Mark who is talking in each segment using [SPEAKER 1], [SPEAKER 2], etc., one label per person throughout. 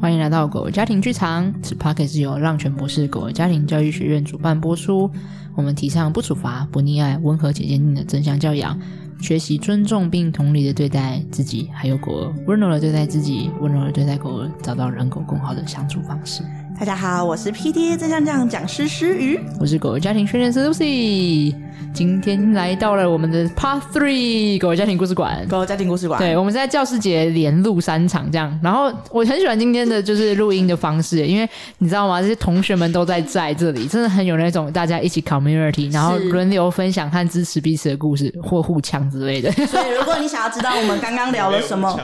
[SPEAKER 1] 欢迎来到狗儿家庭剧场。此 p o c k e t 是由浪犬博士狗儿家庭教育学院主办播出。我们提倡不处罚、不溺爱、温和且坚定的正向教养，学习尊重并同理的对待自己还有狗儿，温柔的对待自己，温柔的对待狗儿，找到人狗更好的相处方式。
[SPEAKER 2] 大家好，我是 PDA 正向讲讲师诗雨。
[SPEAKER 1] 我是狗儿家庭训练师 Lucy，今天来到了我们的 Part Three 狗儿家庭故事馆。
[SPEAKER 2] 狗家庭故事馆，
[SPEAKER 1] 对，我们是在教师节连录三场这样。然后我很喜欢今天的就是录音的方式，因为你知道吗？这些同学们都在在这里，真的很有那种大家一起 community，然后
[SPEAKER 2] 是
[SPEAKER 1] 轮流分享和支持彼此的故事或互呛之类的。
[SPEAKER 2] 所以如果你想要知道我们刚刚聊了 什么，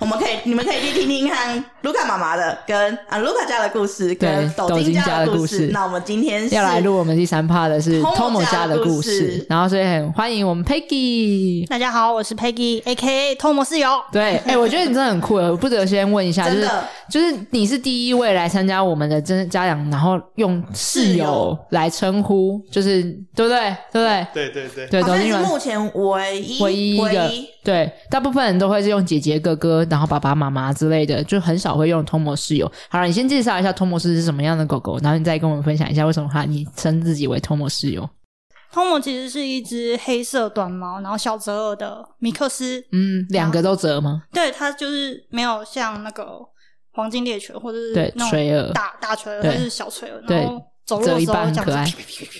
[SPEAKER 2] 我们可以你们可以去听听看卢卡妈妈的跟啊卢卡家的故事，跟
[SPEAKER 1] 对
[SPEAKER 2] 抖
[SPEAKER 1] 抖
[SPEAKER 2] 金
[SPEAKER 1] 金家
[SPEAKER 2] 家
[SPEAKER 1] 的故
[SPEAKER 2] 故
[SPEAKER 1] 事
[SPEAKER 2] 那我们今天 是
[SPEAKER 1] 要来录我们第三 part 的是
[SPEAKER 2] Tomo
[SPEAKER 1] Tomo
[SPEAKER 2] 家
[SPEAKER 1] 家
[SPEAKER 2] 的
[SPEAKER 1] 的
[SPEAKER 2] 故
[SPEAKER 1] 故
[SPEAKER 2] 事
[SPEAKER 1] 事，然后所以很欢迎我们 Peggy。
[SPEAKER 3] 大家好，我是 Peggy，A.K.A. 偷模室友。
[SPEAKER 1] 对，哎、我觉得你真的很酷了。我不得先问一下，就
[SPEAKER 2] 真
[SPEAKER 1] 是
[SPEAKER 2] 的
[SPEAKER 1] 就是你是第一位来参加我们的真家长，然后用室
[SPEAKER 2] 室
[SPEAKER 1] 友
[SPEAKER 2] 友
[SPEAKER 1] 来称呼，就是对不对？对不对？
[SPEAKER 4] 对对对，
[SPEAKER 1] 对，
[SPEAKER 2] 好
[SPEAKER 1] 董
[SPEAKER 2] 像
[SPEAKER 1] 金
[SPEAKER 2] 哦是
[SPEAKER 1] 软
[SPEAKER 2] 目前唯一
[SPEAKER 1] 唯一一个对，大部分人都会是用姐姐、哥哥，然后爸爸妈妈之类的，就很少会用通模室友。好了，你先介绍一下通模师是什么样的狗狗，然后你再跟我们分享一下为什么它你称自己为通模室友。
[SPEAKER 3] 偷模其实是一只黑色短毛，然后小折耳的米克斯。
[SPEAKER 1] 嗯，两个都折吗？
[SPEAKER 3] 对，它就是没有像那个黄金猎犬或者是
[SPEAKER 1] 对
[SPEAKER 3] 那，种
[SPEAKER 1] 垂耳，
[SPEAKER 3] 大大垂耳，
[SPEAKER 1] 对
[SPEAKER 3] 它是小垂耳，
[SPEAKER 1] 对
[SPEAKER 3] 然后走路
[SPEAKER 1] 折
[SPEAKER 3] 的
[SPEAKER 1] 一
[SPEAKER 3] 时候
[SPEAKER 1] 半，
[SPEAKER 3] 这样
[SPEAKER 1] 很可爱
[SPEAKER 3] 子。，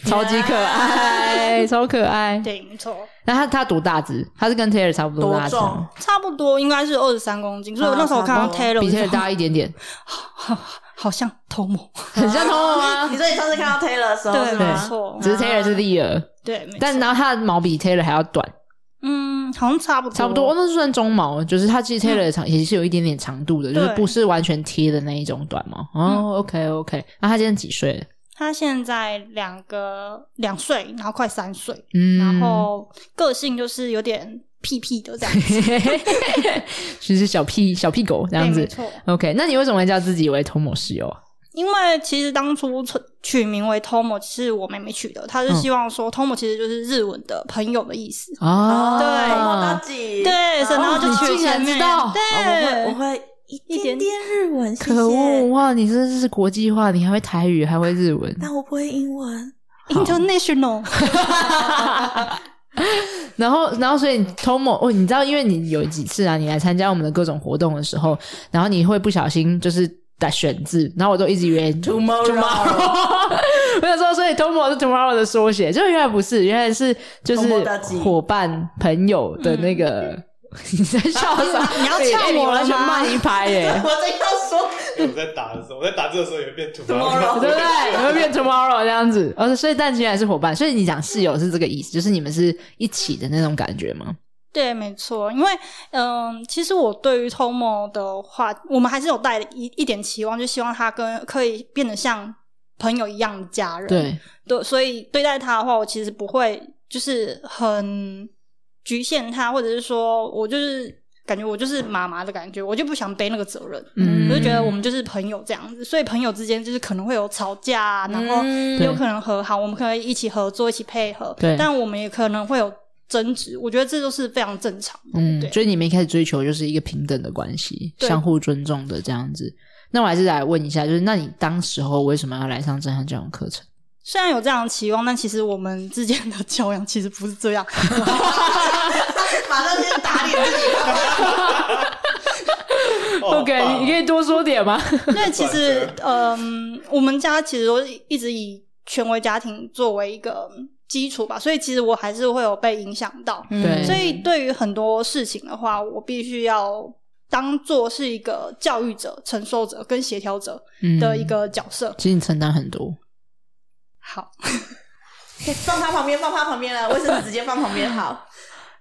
[SPEAKER 1] 超级可爱，超可爱。
[SPEAKER 3] 对，没错，
[SPEAKER 1] 那它它多大只？它是跟 Taylor 差不多
[SPEAKER 2] 多
[SPEAKER 1] 大只
[SPEAKER 2] 重
[SPEAKER 1] 吗，
[SPEAKER 3] 差不多应该是二十三公斤。所以
[SPEAKER 2] 啊
[SPEAKER 3] 我那时候看
[SPEAKER 2] 差
[SPEAKER 3] 到
[SPEAKER 2] 不多
[SPEAKER 3] Taylor，
[SPEAKER 1] 比
[SPEAKER 3] 我就
[SPEAKER 1] Taylor 大一点点，
[SPEAKER 3] 好， 好像偷模。
[SPEAKER 1] 很像 Tomo
[SPEAKER 2] 啊
[SPEAKER 1] 吗
[SPEAKER 2] 你？说你上次看到 Taylor 的时候
[SPEAKER 3] 对，
[SPEAKER 2] 是
[SPEAKER 3] 没
[SPEAKER 2] 吗？
[SPEAKER 3] 错，
[SPEAKER 1] 只是 Taylor 是立 耳，
[SPEAKER 3] 对，没错
[SPEAKER 1] 但然后它的毛比 Taylor 还要短。
[SPEAKER 3] 嗯，好像差不多，
[SPEAKER 1] 差不多，哦、那就算中毛，就是它其实 Taylor 的长、也是有一点点长度的，就是
[SPEAKER 3] 对
[SPEAKER 1] 不是完全贴的那一种短毛。哦、o k OK，那它今年几岁了？
[SPEAKER 3] 他现在两个两岁，然后快三岁，
[SPEAKER 1] 嗯，
[SPEAKER 3] 然后个性就是有点屁屁的这样子，
[SPEAKER 1] 就是小屁小屁狗这样
[SPEAKER 3] 对，
[SPEAKER 1] 子
[SPEAKER 3] 没。错。
[SPEAKER 1] OK，那你为什么会叫自己为偷抹石油？啊
[SPEAKER 3] 因为其实当初取取名为 Tomo 是我妹妹取的，她是希望说 Tomo 其实就是日文的朋友的意思。
[SPEAKER 1] 嗯哦，
[SPEAKER 2] 对，莫
[SPEAKER 1] 哦
[SPEAKER 2] 大吉，
[SPEAKER 3] 对，所以然后就
[SPEAKER 1] 你
[SPEAKER 3] 取
[SPEAKER 1] 竟然
[SPEAKER 3] 前面
[SPEAKER 1] 知道
[SPEAKER 2] 哦我会我
[SPEAKER 3] 对，
[SPEAKER 2] 会一
[SPEAKER 3] 一
[SPEAKER 2] 点
[SPEAKER 3] 点
[SPEAKER 2] 点日文，谢
[SPEAKER 1] 可恶
[SPEAKER 2] 谢，
[SPEAKER 1] 哇！你真的是国际化，你还会台语，还会日文。
[SPEAKER 2] 但我不会英文，
[SPEAKER 3] international，
[SPEAKER 1] 然后，然后，所以 Tomo，哦，你知道，因为你有几次啊，你来参加我们的各种活动的时候，然后你会不小心就是打选字，然后我都一直以为
[SPEAKER 2] Tomorrow
[SPEAKER 1] 我想说，所以 Tomo 是 tomorrow 的缩写，就原来不是，原来是就是
[SPEAKER 2] Tomo 的几
[SPEAKER 1] 伙伴朋友的那个。你在笑什么？
[SPEAKER 3] 你要
[SPEAKER 1] 哎
[SPEAKER 3] 呛
[SPEAKER 1] 哎
[SPEAKER 3] 我了
[SPEAKER 1] 完全
[SPEAKER 3] 吗
[SPEAKER 1] 慢一拍耶、
[SPEAKER 2] 我正要说
[SPEAKER 4] 我在打的时候，我在打字的时候也变土
[SPEAKER 1] 对
[SPEAKER 2] Tomorrow
[SPEAKER 4] 方。
[SPEAKER 1] 不 对？你会变 tomorrow 这样子，而、哦、所以但竟然是伙伴，所以你讲室友是这个意思，就是你们是一起的那种感觉吗？
[SPEAKER 3] 对，没错，因为嗯，其实我对于 Tomo 的话，我们还是有带一一点期望，就希望他跟可以变得像朋友一样的家人。
[SPEAKER 1] 对，
[SPEAKER 3] 对，所以对待他的话，我其实不会就是很局限他，或者是说我就是感觉我就是妈妈的感觉，我就不想背那个责任。
[SPEAKER 1] 嗯
[SPEAKER 3] 我就觉得我们就是朋友这样子，所以朋友之间就是可能会有吵架啊、然后
[SPEAKER 2] 嗯
[SPEAKER 3] 有可能和好，我们可以一起合作、一起配合，
[SPEAKER 1] 对
[SPEAKER 3] 但我们也可能会有争执，我觉得这都是非常正常的。
[SPEAKER 1] 嗯，
[SPEAKER 3] 对，
[SPEAKER 1] 所以你们一开始追求就是一个平等的关系，
[SPEAKER 3] 对
[SPEAKER 1] 相互尊重的这样子。那我还是来问一下，就是那你当时候为什么要来上正向教育课程？
[SPEAKER 3] 虽然有这样的期望，但其实我们之间的 教养其实不是 这样，
[SPEAKER 2] 马上先打脸自己，
[SPEAKER 4] 哦棒
[SPEAKER 1] 以多说点吗？
[SPEAKER 3] 因为其实，嗯，我们家其实都一直以权威家庭作为一个基础吧，所以其实我还是会有被影响到。
[SPEAKER 1] 嗯对
[SPEAKER 3] 所以对于很多事情的话，我必须要当做是一个教育者、承受者跟协调者
[SPEAKER 1] 嗯
[SPEAKER 3] 的一，个角色。
[SPEAKER 1] 其实你承担很多，
[SPEAKER 3] 好，
[SPEAKER 2] 可以放他旁边，放他旁边了，卫生纸直接放旁边好。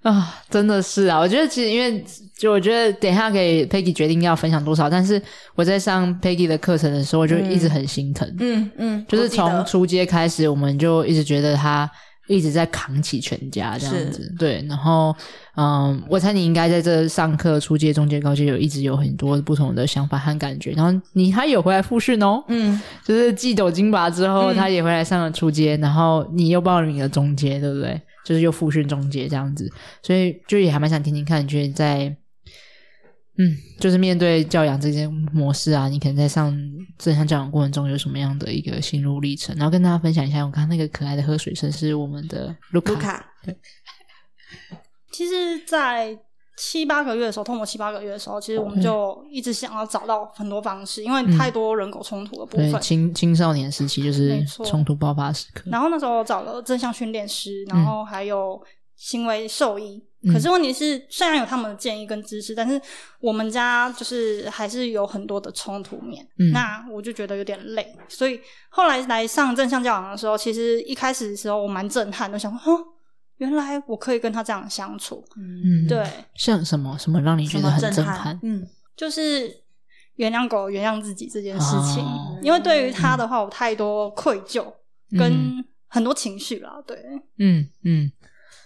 [SPEAKER 1] 啊，真的是啊！我觉得其实因为就我觉得等一下给 Peggy 决定要分享多少，但是我在上 Peggy 的课程的时候，我就一直很心疼，
[SPEAKER 2] 嗯嗯，
[SPEAKER 1] 就是
[SPEAKER 2] 我记得
[SPEAKER 1] 从初阶开始，我们就一直觉得他一直在扛起全家这样子。对，然后嗯，我猜你应该在这上课初阶、中阶、高阶有一直有很多不同的想法和感觉，然后你还有回来复训哦，
[SPEAKER 2] 嗯，
[SPEAKER 1] 就是继抖金拔之后，
[SPEAKER 2] 嗯
[SPEAKER 1] 他也回来上了初阶，然后你又报名了中阶，对不对？就是又复训中阶这样子，所以就也还蛮想听听看，你觉得在嗯，就是面对教养这些模式啊，你可能在上正向教养过程中有什么样的一个心路历程，然后跟大家分享一下。我刚刚那个可爱的喝水声是我们的卢卡，
[SPEAKER 2] 卢卡，
[SPEAKER 3] 其实，在七八个月的时候，通过七八个月的时候，其实我
[SPEAKER 1] 嗯
[SPEAKER 3] 们就一直想要找到很多方式，因为太多人口冲突的部
[SPEAKER 1] 对
[SPEAKER 3] 分。
[SPEAKER 1] 青青少年时期就是
[SPEAKER 3] 没错
[SPEAKER 1] 冲突爆发时刻，
[SPEAKER 3] 然后那时候找了正向训练师，然后还有行为兽医。
[SPEAKER 1] 嗯
[SPEAKER 3] 可是问题是，虽然有他们的建议跟知识，但是我们家就是还是有很多的冲突面。
[SPEAKER 1] 嗯
[SPEAKER 3] 那我就觉得有点累，所以后来来上正向教养的时候，其实一开始的时候我蛮震撼的，想说，哦，原来我可以跟他这样相处。
[SPEAKER 1] 嗯，
[SPEAKER 3] 对，，
[SPEAKER 1] 像什么什么让你觉得
[SPEAKER 2] 什么
[SPEAKER 1] 很
[SPEAKER 2] 震
[SPEAKER 1] 震
[SPEAKER 2] 撼
[SPEAKER 1] 撼？？
[SPEAKER 2] 嗯，
[SPEAKER 3] 就是原谅狗、原谅自己这件事情。
[SPEAKER 1] 哦
[SPEAKER 3] 因为对于他的话，我太多愧疚
[SPEAKER 1] 嗯
[SPEAKER 3] 跟很多情绪啦。对，
[SPEAKER 1] 嗯嗯，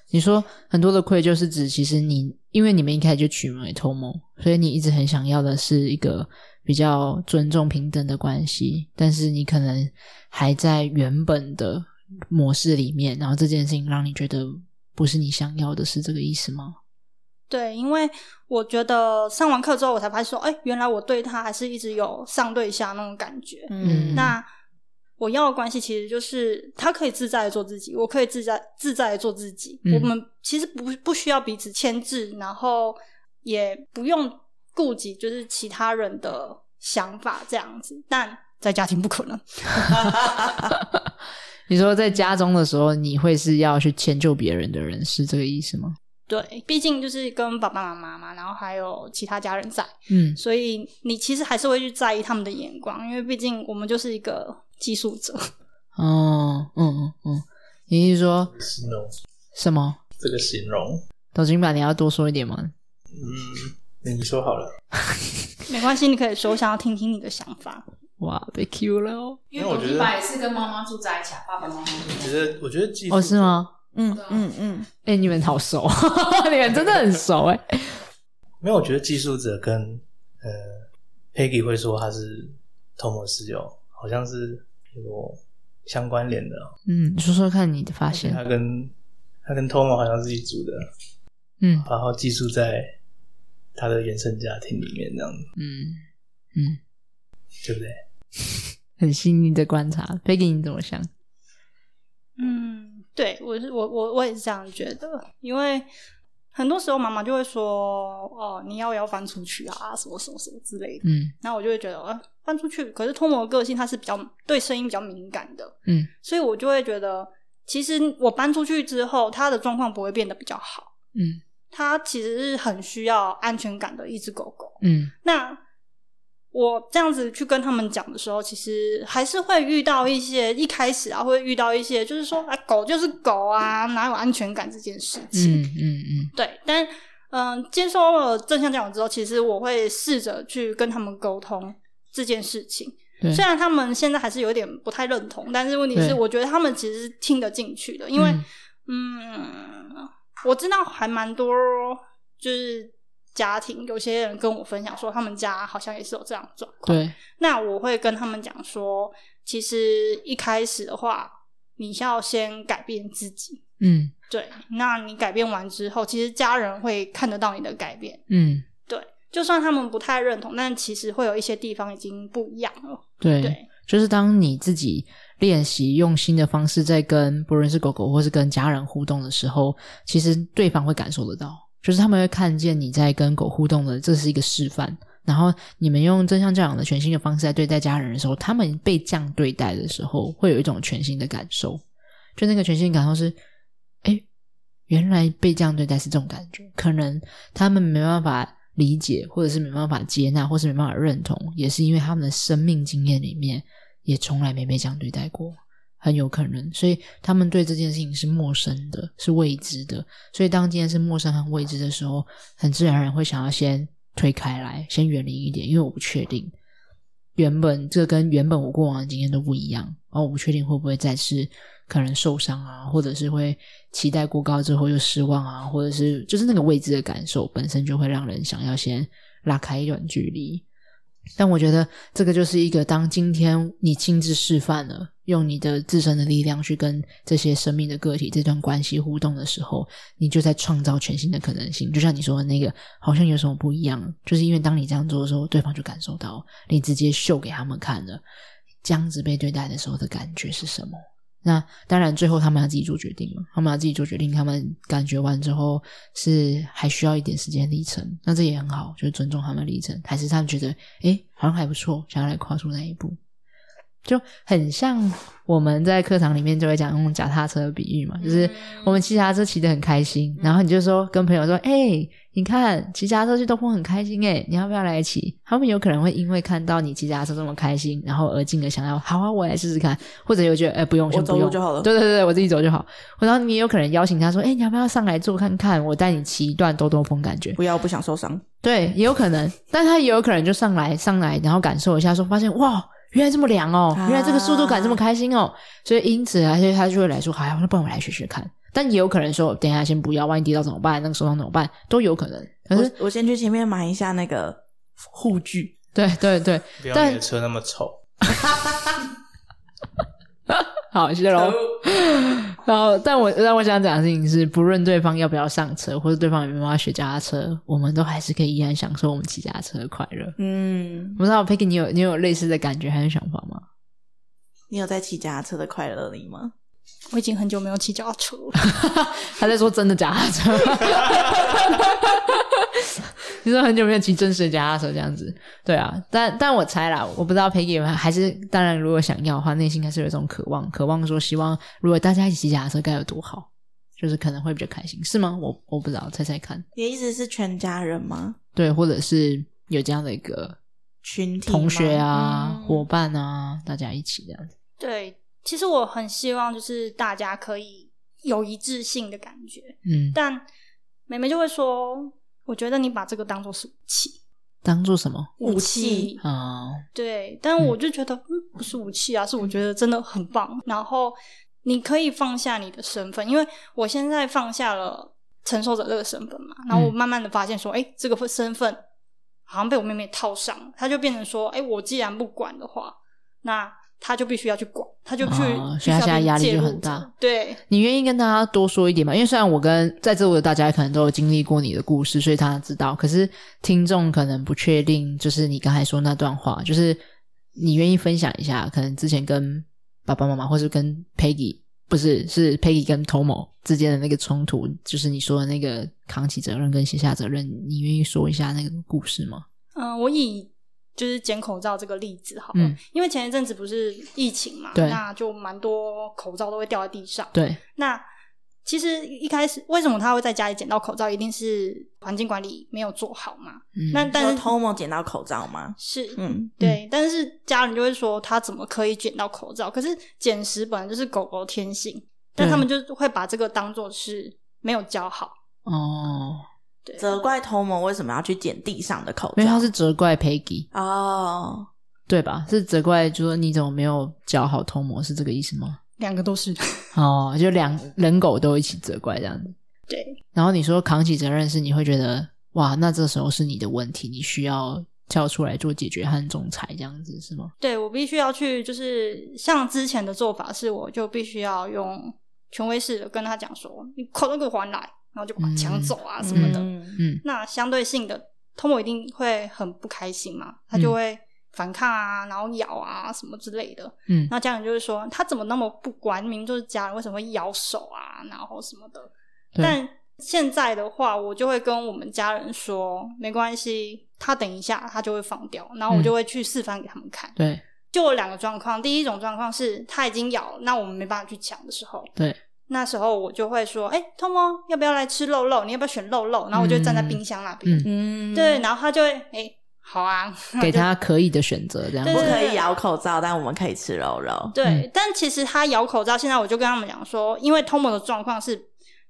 [SPEAKER 1] 你说很多的愧疚是指，其实你因为你们一开始就取名为同盟，所以你一直很想要的是一个比较尊重平等的关系，但是你可能还在原本的模式里面，然后这件事情让你觉得不是你想要的，是这个意思吗？
[SPEAKER 3] 对，因为我觉得上完课之后，我才发现说，哎、原来我对他还是一直有上对下那种感觉。
[SPEAKER 1] 嗯
[SPEAKER 3] 那我要的关系其实就是他可以自在的做自己，我可以自在自在的做自己。
[SPEAKER 1] 嗯
[SPEAKER 3] 我们其实不不需要彼此牵制，然后也不用顾及就是其他人的想法这样子。但在家庭不可能，
[SPEAKER 1] 你说在家中的时候，你会是要去迁就别人的人，是这个意思吗？
[SPEAKER 3] 对，毕竟就是跟爸爸妈妈嘛，然后还有其他家人在，
[SPEAKER 1] 嗯，
[SPEAKER 3] 所以你其实还是会去在意他们的眼光，因为毕竟我们就是一个寄宿者。
[SPEAKER 1] 哦，嗯嗯嗯，你是说
[SPEAKER 4] 形容
[SPEAKER 1] 什么？
[SPEAKER 4] 这个形容，
[SPEAKER 1] 董金版你要多说一点吗？
[SPEAKER 4] 嗯，你说好了，
[SPEAKER 3] 没关系，你可以说，我想要听听你的想法。
[SPEAKER 1] 哇，被 Q 了哦！
[SPEAKER 4] 因为我觉得
[SPEAKER 5] 也是跟妈妈住在一起啊，爸爸妈妈住在一
[SPEAKER 4] 觉
[SPEAKER 5] 起。
[SPEAKER 4] 得我觉得技术
[SPEAKER 1] 哦，是？吗？
[SPEAKER 2] 嗯嗯嗯，
[SPEAKER 1] 哎、你们好熟，你们真的很熟哎、
[SPEAKER 4] 没有，我觉得技术者跟呃 Peggy 会说他是 Tom 室友，好像是有相关联的哦，
[SPEAKER 1] 嗯，你说说看你的发现。
[SPEAKER 4] 他跟他跟 Tom 好像是一组的，
[SPEAKER 1] 嗯
[SPEAKER 4] 然后寄宿在他的原生家庭里面，这样子，
[SPEAKER 1] 嗯嗯，
[SPEAKER 4] 对不对？
[SPEAKER 1] 很细腻的观察。Peggy，你怎么想？
[SPEAKER 3] 嗯，对我是我我我也是这样觉得，因为很多时候妈妈就会说，哦，你要不要搬出去啊，什么什么什么之类的。
[SPEAKER 1] 嗯
[SPEAKER 3] 然后我就会觉得，啊，搬出去。可是托摩的个性他是比较对声音比较敏感的，
[SPEAKER 1] 嗯
[SPEAKER 3] 所以我就会觉得，其实我搬出去之后，他的状况不会变得比较好。
[SPEAKER 1] 嗯
[SPEAKER 3] 它其实是很需要安全感的一只狗狗。
[SPEAKER 1] 嗯
[SPEAKER 3] 那我这样子去跟他们讲的时候，其实还是会遇到一些一开始啊，会遇到一些就是说啊，狗就是狗啊，哪有安全感这件事
[SPEAKER 1] 嗯
[SPEAKER 3] 情？
[SPEAKER 1] 嗯
[SPEAKER 3] 对，但嗯、接收了正向教养之后，其实我会试着去跟他们沟通这件事情。
[SPEAKER 1] 对
[SPEAKER 3] 虽然他们现在还是有点不太认同，但是问题
[SPEAKER 1] 对嗯
[SPEAKER 3] 是，我觉得他们其实是听得进去的，因为嗯，我知道还蛮多，哦就是家庭有些人跟我分享说，他们家好像也是有这样的状况。
[SPEAKER 1] 对，
[SPEAKER 3] 那我会跟他们讲说，其实一开始的话，你要先改变自己。
[SPEAKER 1] 嗯
[SPEAKER 3] 对，那你改变完之后，其实家人会看得到你的改变。
[SPEAKER 1] 嗯
[SPEAKER 3] 对，就算他们不太认同，但其实会有一些地方已经不一样了。
[SPEAKER 1] 对，
[SPEAKER 3] 对，
[SPEAKER 1] 就是当你自己练习用新的方式在跟不论是狗狗或是跟家人互动的时候，其实对方会感受得到，就是他们会看见你在跟狗互动的，这是一个示范。然后你们用正向教养的全新的方式在对待家人的时候，他们被这样对待的时候，会有一种全新的感受，就那个全新的感受是，哎，原来被这样对待是这种感觉，可能他们没办法理解，或者是没办法接纳，或是没办法认同，也是因为他们的生命经验里面也从来没被这样对待过，很有可能，所以他们对这件事情是陌生的，是未知的。所以当今天是陌生和未知的时候，很自然而然会想要先推开来，先远离一点，因为我不确定。原本这跟原本我过往的经验都不一样，然后我不确定会不会再次可能受伤啊，或者是会期待过高之后又失望啊，或者是就是那个未知的感受本身就会让人想要先拉开一段距离。但我觉得这个就是一个，当今天你亲自示范了，用你的自身的力量去跟这些生命的个体这段关系互动的时候，你就在创造全新的可能性。就像你说的那个，好像有什么不一样，就是因为当你这样做的时候，对方就感受到你直接秀给他们看了，这样子被对待的时候的感觉是什么。那当然，最后他们要自己做决定嘛，他们要自己做决定。他们感觉完之后是还需要一点时间历程，那这也很好，就是尊重他们的历程。还是他们觉得，诶，好像还不错，想要来跨出那一步，就很像我们在课堂里面就会讲用脚踏车的比喻嘛，就是我们骑脚踏车骑得很开心，然后你就说跟朋友说，诶，你看骑脚踏车去东坡很开心，欸诶，你要不要来骑？他们有可能会因为看到你骑脚踏车这么开心，然后而进而想要，好啊，我也来试试看，或者又觉得，欸诶，不用，先
[SPEAKER 2] 我
[SPEAKER 1] 不
[SPEAKER 2] 走路
[SPEAKER 1] 用
[SPEAKER 2] 就好了
[SPEAKER 1] 对对对，我自己走就好。然后你也有可能邀请他说，诶，欸你要不要上来坐看看？我带你骑一段兜兜风感觉。
[SPEAKER 2] 不要不想受伤，
[SPEAKER 1] 对，也有可能，但他也有可能就上来上来，然后感受一下，说发现哇，原来这么凉哦，
[SPEAKER 2] 啊
[SPEAKER 1] 原来这个速度感这么开心哦，所以因此啊，所以他就会来说，好呀，那不然我来学学看。但也有可能说，等一下先不要，万一跌倒怎么办？那个受伤怎么办？都有可能。可是，
[SPEAKER 2] 我我先去前面买一下那个护具，
[SPEAKER 1] 对对 对，
[SPEAKER 4] 不要
[SPEAKER 1] 但
[SPEAKER 4] 你的车那么丑。
[SPEAKER 1] 好，谢谢喽。然后，但我但我想讲的事情是，不论对方要不要上车，或者对方有没有要学脚踏车，我们都还是可以依然享受我们骑脚踏车的快乐。
[SPEAKER 2] 嗯，
[SPEAKER 1] 不知道 Peggy，你有你有类似的感觉还是想法吗？
[SPEAKER 2] 你有在骑脚踏车的快乐里吗？
[SPEAKER 3] 我已经很久没有骑脚踏车了。
[SPEAKER 1] 他在说真的脚踏 车。你说很久没有骑真实的脚踏车这样子，对啊，但但我猜啦，我不知道 Peggy 有没有还是当然，如果想要的话，内心还是有一种渴望，渴望说希望如果大家一起骑脚踏车该有多好，就是可能会比较开心，是吗？我我不知道，猜猜看，
[SPEAKER 2] 你的意思是全家人吗？
[SPEAKER 1] 对，或者是有这样的一个
[SPEAKER 2] 群体吗
[SPEAKER 1] 同学啊、
[SPEAKER 2] 嗯
[SPEAKER 1] 伙伴啊，大家一起这样子，
[SPEAKER 3] 对，其实我很希望就是大家可以有一致性的感觉，
[SPEAKER 1] 嗯，
[SPEAKER 3] 但妹妹就会说，我觉得你把这个当做是武器，
[SPEAKER 1] 当做什么
[SPEAKER 2] 武器
[SPEAKER 1] 啊、
[SPEAKER 3] 对，但我就觉得、嗯不是武器啊，是我觉得真的很棒。然后你可以放下你的身份，因为我现在放下了承受者这个身份嘛，然后
[SPEAKER 1] 嗯
[SPEAKER 3] 我慢慢的发现说，哎、这个身份好像被我妹妹套上了，她就变成说，哎、我既然不管的话，那她就必须要去管，她就去，
[SPEAKER 1] 哦
[SPEAKER 3] 必须
[SPEAKER 1] 所以
[SPEAKER 3] 要
[SPEAKER 1] 她现在压力
[SPEAKER 3] 介
[SPEAKER 1] 就
[SPEAKER 3] 入
[SPEAKER 1] 很大
[SPEAKER 3] 者，对，
[SPEAKER 1] 你愿意跟大家多说一点吗？因为虽然我跟在座的大家可能都有经历过你的故事，所以他知道，可是听众可能不确定，就是你刚才说那段话，就是你愿意分享一下，可能之前跟爸爸妈妈，或是跟 Peggy，不是是 Peggy 跟 Tomo 之间的那个冲突，就是你说的那个扛起责任跟卸下责任，你愿意说一下那个故事吗？
[SPEAKER 3] 嗯，我以就是捡口罩这个例子好了，
[SPEAKER 1] 嗯
[SPEAKER 3] 因为前一阵子不是疫情嘛，
[SPEAKER 1] 对
[SPEAKER 3] 那就蛮多口罩都会掉在地上。
[SPEAKER 1] 对，
[SPEAKER 3] 那其实一开始为什么他会在家里捡到口罩，一定是环境管理没有做好嘛。
[SPEAKER 1] 嗯，
[SPEAKER 3] 那但
[SPEAKER 2] 有
[SPEAKER 3] 是
[SPEAKER 2] 偷摸捡到口罩吗？
[SPEAKER 3] 是。
[SPEAKER 2] 嗯，
[SPEAKER 3] 对，但是家人就会说他怎么可以捡到口罩？可是捡食本来就是狗狗天性，但他们就会把这个当做是没有教好。
[SPEAKER 1] 哦，
[SPEAKER 3] 对，
[SPEAKER 2] 责怪偷摸为什么要去捡地上的口罩？
[SPEAKER 1] 因为他是责怪 Peggy
[SPEAKER 2] 哦，
[SPEAKER 1] 对吧？是责怪，就说你怎么没有教好 Tomo 是这个意思吗？
[SPEAKER 3] 两个都是
[SPEAKER 1] 哦，就两人狗都一起责怪这样子。
[SPEAKER 3] 对，
[SPEAKER 1] 然后你说扛起责任是你会觉得哇，那这时候是你的问题，你需要跳出来做解决和仲裁这样子是吗？
[SPEAKER 3] 对我必须要去，就是像之前的做法是，我就必须要用权威式的跟他讲说，你口罩给我还来，然后就把它抢走啊什么的。
[SPEAKER 2] 嗯
[SPEAKER 1] 嗯
[SPEAKER 3] 那相对性的，通某一定会很不开心嘛，他
[SPEAKER 1] 嗯
[SPEAKER 3] 就会反抗啊，然后咬啊什么之类的。
[SPEAKER 1] 嗯
[SPEAKER 3] 那家人就会说，他怎么那么不管，明明就是家人，为什么会咬手啊，然后什么的。
[SPEAKER 1] 对
[SPEAKER 3] 但现在的话，我就会跟我们家人说，没关系，他等一下他就会放掉，然后我
[SPEAKER 1] 嗯
[SPEAKER 3] 就会去示范给他们看。
[SPEAKER 1] 对
[SPEAKER 3] 就有两个状况，第一种状况是他已经咬，那我们没办法去抢的时候，
[SPEAKER 1] 对，
[SPEAKER 3] 那时候我就会说，哎、通通要不要来吃肉肉？你要不要选肉肉？然后我就站在冰箱那边，
[SPEAKER 1] 嗯
[SPEAKER 2] 嗯，
[SPEAKER 3] 对，，然后他就会，哎、好啊，
[SPEAKER 1] 给他可以的选择这样子
[SPEAKER 2] 不
[SPEAKER 3] 对。
[SPEAKER 2] 可以咬口罩，但我们可以吃肉肉。
[SPEAKER 3] 对。
[SPEAKER 1] 嗯
[SPEAKER 3] 但其实他咬口罩，现在我就跟他们讲说，因为通某的状况是，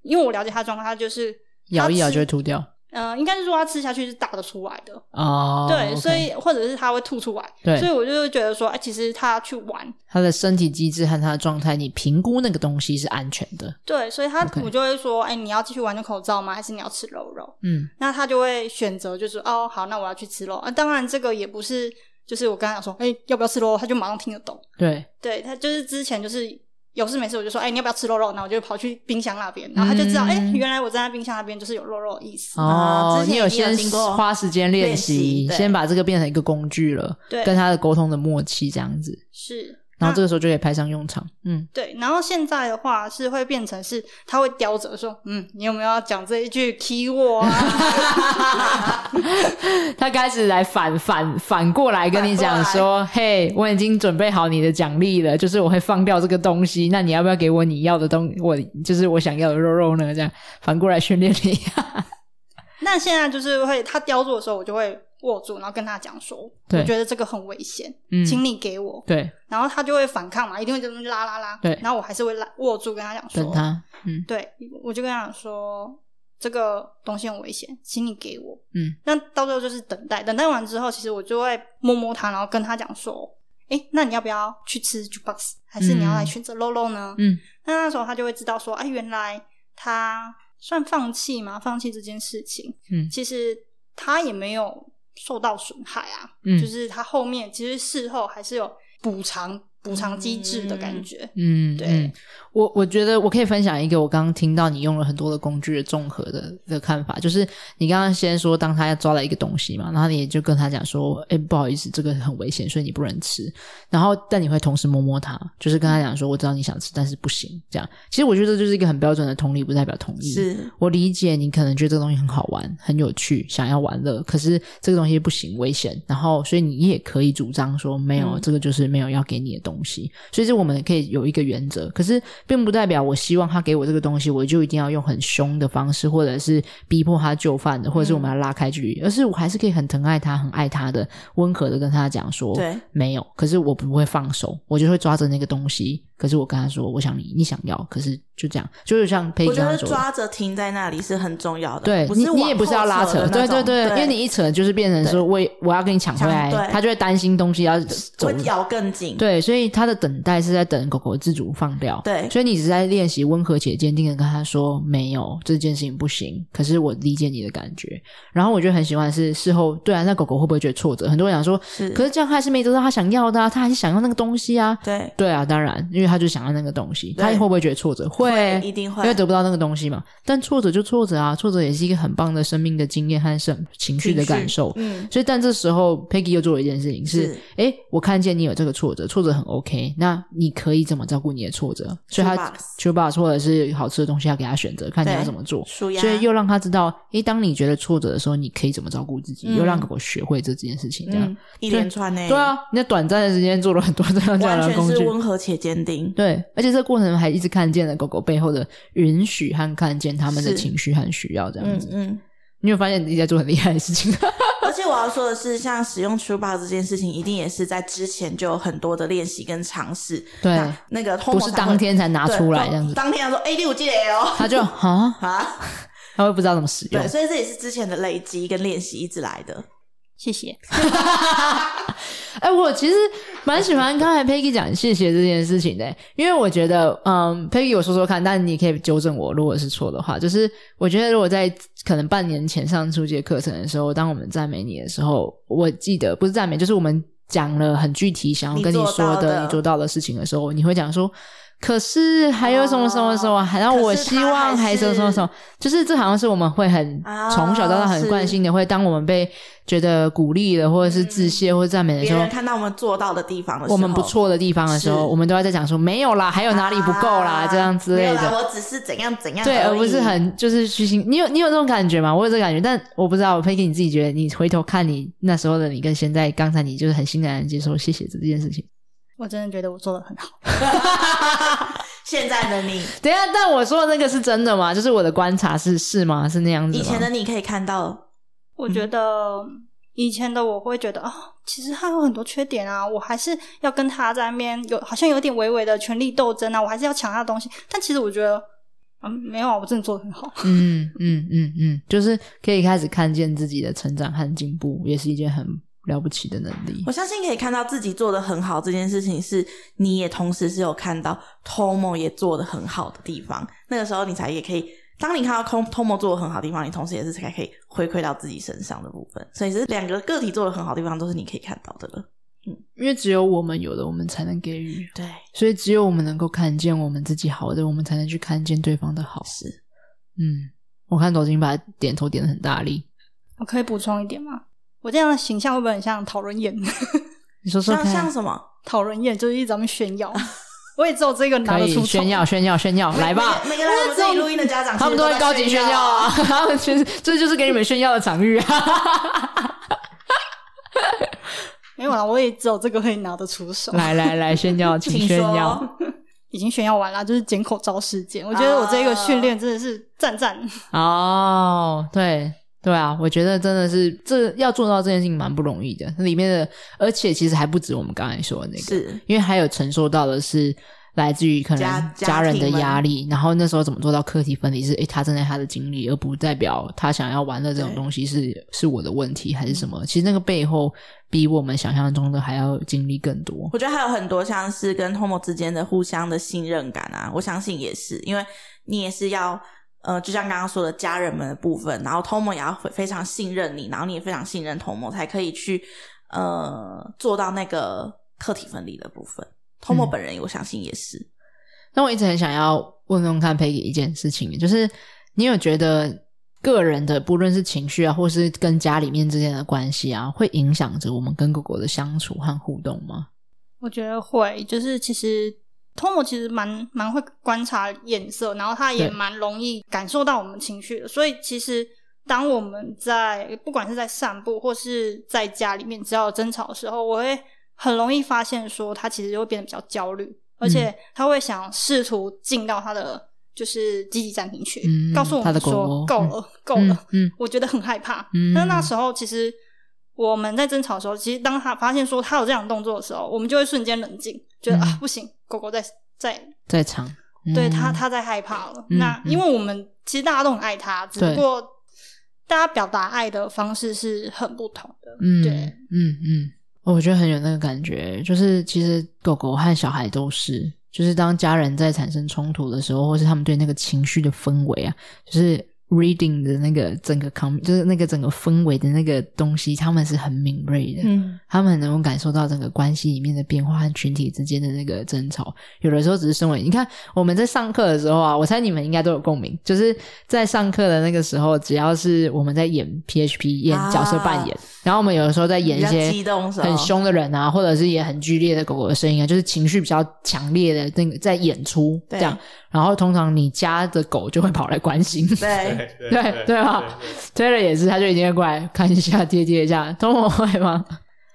[SPEAKER 3] 因为我了解他的状况，他就是
[SPEAKER 1] 咬一咬
[SPEAKER 3] 他吃
[SPEAKER 1] 就会吐掉
[SPEAKER 3] 呃，应该是说他吃下去是打得出来的，
[SPEAKER 1] 哦，
[SPEAKER 3] 对
[SPEAKER 1] OK
[SPEAKER 3] 所以或者是他会吐出来，
[SPEAKER 1] 对
[SPEAKER 3] 所以我就会觉得说，哎、其实他去玩，
[SPEAKER 1] 他的身体机制和他的状态，你评估那个东西是安全的，
[SPEAKER 3] 对，所以他
[SPEAKER 1] OK
[SPEAKER 3] 我就会说，哎、你要继续玩这口罩吗？还是你要吃肉肉？
[SPEAKER 1] 嗯
[SPEAKER 3] 那他就会选择就是哦，好，那我要去吃肉。啊，当然这个也不是就是我刚刚讲说，哎、要不要吃肉肉，他就马上听得懂。
[SPEAKER 1] 对，
[SPEAKER 3] 对他就是之前就是有事没事我就说，哎、你要不要吃肉肉？然后我就跑去冰箱那边，然后他就知道，
[SPEAKER 1] 嗯
[SPEAKER 3] 哎、原来我站在冰箱那边就是有肉肉的意思。
[SPEAKER 1] 哦
[SPEAKER 2] 啊，之
[SPEAKER 1] 你
[SPEAKER 2] 前
[SPEAKER 1] 有
[SPEAKER 2] 也
[SPEAKER 1] 先
[SPEAKER 2] 有经过
[SPEAKER 1] 花时间练
[SPEAKER 2] 练
[SPEAKER 1] 习
[SPEAKER 2] 习，对
[SPEAKER 1] 先把这个变成一个工具了，
[SPEAKER 3] 对，
[SPEAKER 1] 跟他的沟通的默契这样子，
[SPEAKER 3] 是。
[SPEAKER 1] 然后这
[SPEAKER 3] 那
[SPEAKER 1] 个时候就可以派上用场。嗯，
[SPEAKER 3] 对，然后现在的话是会变成是他会雕着说，嗯，你有没有要讲这一句 key word 啊？
[SPEAKER 1] 他开始来反反反过来跟你讲说，嘿，我已经准备好你的奖励了，就是我会放掉这个东西，那你要不要给我你要的东，我就是我想要的肉肉呢？这样反过来训练 你。
[SPEAKER 3] 那现在就是会他雕住的时候，我就会握住，然后跟他讲说，
[SPEAKER 1] 对
[SPEAKER 3] 我觉得这个很危险，
[SPEAKER 1] 嗯，
[SPEAKER 3] 请你给我。
[SPEAKER 1] 对，
[SPEAKER 3] 然后他就会反抗嘛，一定会这么拉拉拉。
[SPEAKER 1] 对
[SPEAKER 3] 然后我还是会拉握住，跟他讲说，
[SPEAKER 1] 等他，嗯
[SPEAKER 3] 对，我就跟他讲说，这个东西很危险，请你给我。
[SPEAKER 1] 嗯，
[SPEAKER 3] 那到最后就是等待，等待完之后，其实我就会摸摸他，然后跟他讲说，哎，那你要不要去吃 jukebox，还是你要来选择肉肉呢？
[SPEAKER 1] 嗯，
[SPEAKER 3] 那那时候他就会知道说，哎，原来他算放弃吗？放弃这件事情，
[SPEAKER 1] 嗯
[SPEAKER 3] 其实他也没有受到损害啊，
[SPEAKER 1] 嗯
[SPEAKER 3] 就是他后面其实事后还是有补偿补偿机制的感觉，
[SPEAKER 1] 嗯，
[SPEAKER 3] 对
[SPEAKER 1] 嗯我我觉得我可以分享一个我刚刚听到你用了很多的工具的综合的的看法，就是你刚刚先说，当他要抓到一个东西嘛，然后你也就跟他讲说，哎、不好意思，这个很危险，所以你不能吃。然后但你会同时摸摸他，就是跟他讲说，我知道你想吃，但是不行。这样，其实我觉得这就是一个很标准的同理，不代表同意。
[SPEAKER 2] 是
[SPEAKER 1] 我理解你可能觉得这个东西很好玩、很有趣，想要玩乐，可是这个东西不行，危险。然后，所以你也可以主张说，没有，
[SPEAKER 2] 嗯
[SPEAKER 1] 这个就是没有要给你的东西。所以，这我们可以有一个原则，可是并不代表我希望他给我这个东西，我就一定要用很凶的方式，或者是逼迫他就范的，或者是我
[SPEAKER 2] 嗯
[SPEAKER 1] 们要拉开距离，而是我还是可以很疼爱他、很爱他的，温和的跟他讲说，
[SPEAKER 2] 对，
[SPEAKER 1] 没有，可是我不会放手，我就会抓着那个东西。可是我跟他说，我想你，你想要，可是就这样，就是像佩
[SPEAKER 2] 我
[SPEAKER 1] 奇
[SPEAKER 2] 觉
[SPEAKER 1] 刚
[SPEAKER 2] 得
[SPEAKER 1] 刚说的。
[SPEAKER 2] 抓着停在那里是很重要的，
[SPEAKER 1] 对
[SPEAKER 2] 不
[SPEAKER 1] 你，
[SPEAKER 2] 是
[SPEAKER 1] 你也
[SPEAKER 2] 往
[SPEAKER 1] 不是
[SPEAKER 2] 后
[SPEAKER 1] 要拉扯
[SPEAKER 2] 的，那
[SPEAKER 1] 对对
[SPEAKER 2] 种对
[SPEAKER 1] 因为你一扯就是变成说我也我要跟你抢回
[SPEAKER 2] 抢
[SPEAKER 1] 来，
[SPEAKER 2] 对
[SPEAKER 1] 他就会担心东西要走
[SPEAKER 2] 会。咬更紧，
[SPEAKER 1] 对，所以他的等待是在等狗狗自主放掉。
[SPEAKER 2] 对
[SPEAKER 1] 所以你只是在练习温和且坚定的跟他说：“没有这件事情不行。”可是我理解你的感觉。然后我觉得很喜欢的是事后，对啊，那狗狗会不会觉得挫折？很多人想说，
[SPEAKER 2] 是
[SPEAKER 1] 可是这样他还是没得到他想要的啊，他还是想要那个东西啊。
[SPEAKER 2] 对，
[SPEAKER 1] 对啊，当然，因为他就想要那个东西，
[SPEAKER 2] 对
[SPEAKER 1] 他会不会觉得挫折？会，
[SPEAKER 2] 一定会
[SPEAKER 1] 因为得不到那个东西嘛。但挫折就挫折啊，挫折也是一个很棒的生命的经验和生情绪的感受。
[SPEAKER 2] 嗯，
[SPEAKER 1] 所以，但这时候 Peggy 又做了一件事情是
[SPEAKER 2] 是，
[SPEAKER 1] 哎，我看见你有这个挫折，挫折很 OK，那你可以怎么照顾你的挫折？所以他
[SPEAKER 2] Chewbacca
[SPEAKER 1] c h b a 或者是好吃的东西要给他选择，看你要
[SPEAKER 2] 对
[SPEAKER 1] 怎么做。
[SPEAKER 2] 舒压，
[SPEAKER 1] 所以又让他知道，诶，当你觉得挫折的时候，你可以怎么照顾自己，
[SPEAKER 2] 嗯
[SPEAKER 1] 又让狗狗学会这件事情，这样。
[SPEAKER 2] 嗯，一连串呢，
[SPEAKER 1] 对啊，你在短暂的时间做了很多这样这样
[SPEAKER 2] 完
[SPEAKER 1] 的
[SPEAKER 2] 全
[SPEAKER 1] 工具
[SPEAKER 2] 是，温和且坚定，
[SPEAKER 1] 对，而且这个过程还一直看见了狗狗背后的允许和看见他们的
[SPEAKER 2] 是
[SPEAKER 1] 情绪和需要这样
[SPEAKER 2] 嗯
[SPEAKER 1] 子。
[SPEAKER 2] 嗯。
[SPEAKER 1] 你有发现你自己在做很厉害的事情？
[SPEAKER 2] 而且我要说的是，像使用 t r u b a 这件事情，一定也是在之前就有很多的练习跟尝试。
[SPEAKER 1] 对
[SPEAKER 2] 那，那个
[SPEAKER 1] 不是当天才拿出来这样子，
[SPEAKER 2] 当天他说：“哎、你有记得哦。
[SPEAKER 1] 他就啊，”
[SPEAKER 2] 啊，
[SPEAKER 1] 他会不知道怎么使用
[SPEAKER 2] 对，。所以这也是之前的累积跟练习一直来的。
[SPEAKER 3] 谢谢。
[SPEAKER 1] 哎、我其实蛮喜欢刚才 Peggy 讲谢谢这件事情的、因为我觉得，嗯，Peggy 我说说看，但你可以纠正我，如果是错的话。就是我觉得，如果在可能半年前上初阶课程的时候，当我们赞美你的时候，我记得不是赞美，就是我们讲了很具体想要跟你说
[SPEAKER 2] 你做到
[SPEAKER 1] 的，
[SPEAKER 2] 的
[SPEAKER 1] 你做到的事情的时候，你会讲说。可是还有什么什么什么，
[SPEAKER 2] 哦
[SPEAKER 1] 还让我
[SPEAKER 2] 可是他
[SPEAKER 1] 希望还
[SPEAKER 2] 还
[SPEAKER 1] 什么什么什么，就是这好像是我们会很
[SPEAKER 2] 啊
[SPEAKER 1] 从小到大很
[SPEAKER 2] 是
[SPEAKER 1] 惯性的，会当我们被觉得鼓励了，或者是致谢或者赞美的
[SPEAKER 2] 嗯别
[SPEAKER 1] 时候
[SPEAKER 2] 人，看到我们做到的地方的时候，
[SPEAKER 1] 我们不错的地方的时候，
[SPEAKER 2] 是
[SPEAKER 1] 我们都要在讲说没有啦，还有哪里不够啦，
[SPEAKER 2] 啊
[SPEAKER 1] 这样之类
[SPEAKER 2] 没有啦
[SPEAKER 1] 的。
[SPEAKER 2] 我只是怎样怎样已，
[SPEAKER 1] 对，而不是很就是虚心。你有你有这种感觉吗？我有这个感觉，但我不知道 Peggy 你自己觉得，你回头看你那时候的你跟现在刚才你就是很欣然地接受谢谢这件事情。
[SPEAKER 3] 我真的觉得我做的很好，
[SPEAKER 2] 现在的你，
[SPEAKER 1] 等一下，但我说的那个是真的吗？就是我的观察是是吗？是那样子
[SPEAKER 2] 以
[SPEAKER 1] 吗？
[SPEAKER 2] 前的你可以看到，
[SPEAKER 3] 我觉得以前的我会觉得啊、其实他有很多缺点啊，我还是要跟他在那边有好像有点微微的权力斗争啊，我还是要抢他的东西。但其实我觉得，嗯，没有啊，我真的做的很好。
[SPEAKER 1] 嗯嗯嗯嗯，就是可以开始看见自己的成长和进步，也是一件很了不起的能力
[SPEAKER 2] 我。相信可以看到自己做的很好这件事情，是你也同时是有看到 Tomo 也做的很好的地方。那个时候你才也可以，当你看到 Com- Tomo 做的很好的地方，你同时也是才可以回馈到自己身上的部分。所以是两个个体做的很好的地方，都是你可以看到的了。
[SPEAKER 1] 因为只有我们有的，我们才能给予，
[SPEAKER 2] 对，
[SPEAKER 1] 所以只有我们能够看见我们自己好的，我们才能去看见对方的好。
[SPEAKER 2] 是
[SPEAKER 1] 嗯，我看抖金把点头点的很大力，
[SPEAKER 3] 我可以补充一点吗？我这样的形象会不会很像讨人厌？
[SPEAKER 1] 你说说
[SPEAKER 2] 像像
[SPEAKER 1] 看，
[SPEAKER 2] 什么？
[SPEAKER 3] 讨人厌就是一直在那边 炫耀，我也只有这个拿
[SPEAKER 1] 可
[SPEAKER 3] 得
[SPEAKER 1] 以
[SPEAKER 3] 出手
[SPEAKER 1] 炫耀炫耀炫耀，来吧！
[SPEAKER 2] 每个每个来我们这里录音的家长，
[SPEAKER 1] 他们
[SPEAKER 2] 其
[SPEAKER 1] 都
[SPEAKER 2] 实
[SPEAKER 1] 会
[SPEAKER 2] 在
[SPEAKER 1] 高级炫耀啊，他们其实这就是给你们炫耀的场域啊！
[SPEAKER 3] 没有啦，我也只有这个可以拿得出手。
[SPEAKER 1] 来来来，炫耀， 请
[SPEAKER 2] 请
[SPEAKER 1] 炫
[SPEAKER 2] 说
[SPEAKER 1] 耀。
[SPEAKER 3] 已经炫耀完了，就是捡口罩事件。我觉得我这个训练真的是赞赞。
[SPEAKER 1] 哦，对对啊，我觉得真的是这要做到这件事情蛮不容易的，里面的而且其实还不止我们刚才说的那个，
[SPEAKER 2] 是
[SPEAKER 1] 因为还有承受到的是来自于可能
[SPEAKER 2] 家
[SPEAKER 1] 家人的
[SPEAKER 2] 家庭们
[SPEAKER 1] 压力，然后那时候怎么做到课题分离是，诶，他正在他的经历，而不代表他想要玩乐这种
[SPEAKER 2] 对
[SPEAKER 1] 东西是是我的问题还是什么？其实那个背后比我们想象中的还要经历更多。
[SPEAKER 2] 我觉得还有很多像是跟 Homo 之间的互相的信任感啊，我相信也是，因为你也是要呃，就像刚刚说的家人们的部分，然后 Tomo 也要非非常信任你，然后你也非常信任 Tomo，才可以去呃做到那个课题分离的部分。Tomo
[SPEAKER 1] 嗯
[SPEAKER 2] 本人我相信也是，
[SPEAKER 1] 那我一直很想要问问看 Peggy 一件事情，就是你有觉得个人的不论是情绪啊，或是跟家里面之间的关系啊，会影响着我们跟狗狗的相处和互动吗？
[SPEAKER 3] 我觉得会，就是其实 Tom 其实蛮蛮会观察眼色，然后他也
[SPEAKER 1] 对
[SPEAKER 3] 蛮容易感受到我们情绪的。所以其实当我们在不管是在散步或是在家里面，只要有争吵的时候，我会很容易发现说他其实就会变得比较焦虑，而
[SPEAKER 1] 嗯
[SPEAKER 3] 且他会想试图进到他的就是积极暂停区，
[SPEAKER 1] 嗯
[SPEAKER 3] 告诉我
[SPEAKER 1] 他的
[SPEAKER 3] 们
[SPEAKER 1] 狗狗
[SPEAKER 3] 说够
[SPEAKER 1] 嗯
[SPEAKER 3] 了，够
[SPEAKER 1] 嗯
[SPEAKER 3] 了。
[SPEAKER 1] 嗯
[SPEAKER 3] 我觉得很害怕。
[SPEAKER 1] 嗯
[SPEAKER 3] 但是那时候其实我们在争吵的时候，其实当他发现说他有这样的动作的时候，我们就会瞬间冷静，觉得、
[SPEAKER 1] 嗯
[SPEAKER 3] 啊不行，狗狗在在
[SPEAKER 1] 在场，
[SPEAKER 3] 对
[SPEAKER 1] 嗯
[SPEAKER 3] 他他在害怕了。
[SPEAKER 1] 嗯
[SPEAKER 3] 那
[SPEAKER 1] 嗯
[SPEAKER 3] 因为我们其实大家都很爱他，只
[SPEAKER 1] 对
[SPEAKER 3] 不过大家表达爱的方式是很不同的。
[SPEAKER 1] 嗯，
[SPEAKER 3] 对
[SPEAKER 1] 嗯嗯，我觉得很有那个感觉，就是其实狗狗和小孩都是，就是当家人在产生冲突的时候，或是他们对那个情绪的氛围啊，就是 reading 的那个整个 com，就是那个整个氛围的那个东西，他们是很敏锐的，
[SPEAKER 2] 嗯，
[SPEAKER 1] 他们很能够感受到整个关系里面的变化和群体之间的那个争吵。有的时候只是身为你看我们在上课的时候啊，我猜你们应该都有共鸣，就是在上课的那个时候，只要是我们在演 PHP 演角色扮演，然后我们有的时候在嗯演一
[SPEAKER 2] 啊比较
[SPEAKER 1] 些
[SPEAKER 2] 激动的时候
[SPEAKER 1] 很凶的人啊，或者是也很剧烈的狗狗的声音啊，就是情绪比较强烈的那个在演出这
[SPEAKER 2] 对
[SPEAKER 1] 样，然后通常你家的狗就会跑来关心。
[SPEAKER 2] 对，
[SPEAKER 4] 对
[SPEAKER 1] 对
[SPEAKER 4] 对
[SPEAKER 1] 对吧推了也是，它就一定会过来看一下、贴贴一下，通我会吗？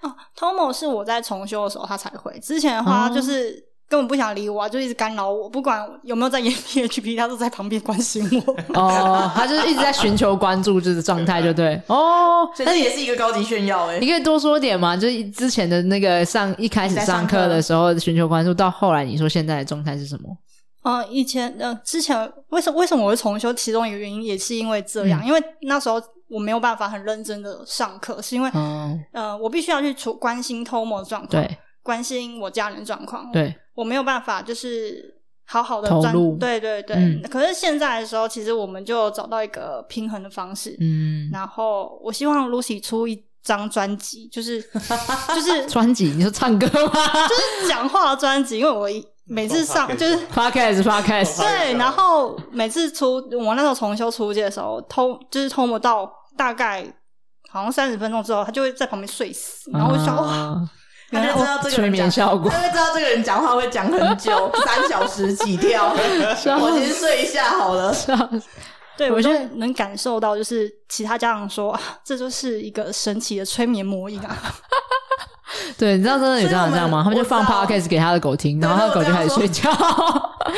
[SPEAKER 3] 哦，Tomo 是我在重修的时候他才会，之前的话
[SPEAKER 1] 哦
[SPEAKER 3] 就是。根本不想理我、啊，就一直干扰我，不管有没有在 E 演 PHP，他都在旁边关心我。
[SPEAKER 1] 哦，他就是一直在寻求关注，就是状态，就对。哦，
[SPEAKER 2] 所以这也是一个高级炫耀哎、
[SPEAKER 1] 你可以多说点嘛，就是之前的那个上一开始
[SPEAKER 2] 你在
[SPEAKER 1] 上
[SPEAKER 2] 上课
[SPEAKER 1] 课的时候寻求关注，到后来你说现在的状态是什么？
[SPEAKER 3] 呃，以前呃，之前为什么为什么我会重修？其中一个原因也是因为这样，
[SPEAKER 1] 嗯
[SPEAKER 3] 因为那时候我没有办法很认真的上课，是因为、
[SPEAKER 2] 哦
[SPEAKER 1] 嗯，
[SPEAKER 3] 呃，我必须要去处关心 Tomo 的状况，
[SPEAKER 1] 对
[SPEAKER 3] 关心我家人的状况，，
[SPEAKER 1] 对，
[SPEAKER 3] 我没有办法就是好好的
[SPEAKER 1] 投入
[SPEAKER 3] 对对对。
[SPEAKER 1] 嗯
[SPEAKER 3] 可是现在的时候，其实我们就找到一个平衡的方式，
[SPEAKER 1] 嗯，
[SPEAKER 3] 然后我希望 Lucy 出一张专辑，就是 就是
[SPEAKER 1] 专辑你说唱歌吗
[SPEAKER 2] 哦
[SPEAKER 3] 就是讲话的专辑，因为我一每次上就是。
[SPEAKER 1] ？Podcast Podcast，
[SPEAKER 3] 对，然后每次出我那时候重修初阶的时候，偷就是偷摸到大概好像三十分钟之后，他就会在旁边睡死，然后我就想、哇，
[SPEAKER 1] 啊
[SPEAKER 2] 他就知道这个
[SPEAKER 1] 催
[SPEAKER 2] 人啊
[SPEAKER 1] 眠
[SPEAKER 2] 讲，
[SPEAKER 1] 效果，
[SPEAKER 2] 他就知道这个人讲话会讲很久，三小时起跳。
[SPEAKER 1] 笑
[SPEAKER 2] 我先睡一下好了。
[SPEAKER 1] 笑死
[SPEAKER 3] 对
[SPEAKER 1] 我
[SPEAKER 3] 我
[SPEAKER 1] 觉
[SPEAKER 3] 就
[SPEAKER 1] 得
[SPEAKER 3] 能感受到，就是其他家长说、啊、这就是一个神奇的催眠魔影啊，
[SPEAKER 1] 对，你知道真的有这样这样吗？他们
[SPEAKER 2] 所以我
[SPEAKER 1] 就
[SPEAKER 2] 们
[SPEAKER 1] 放
[SPEAKER 2] 我知道
[SPEAKER 1] Podcast 给他的狗听，然后他的狗就开始睡觉。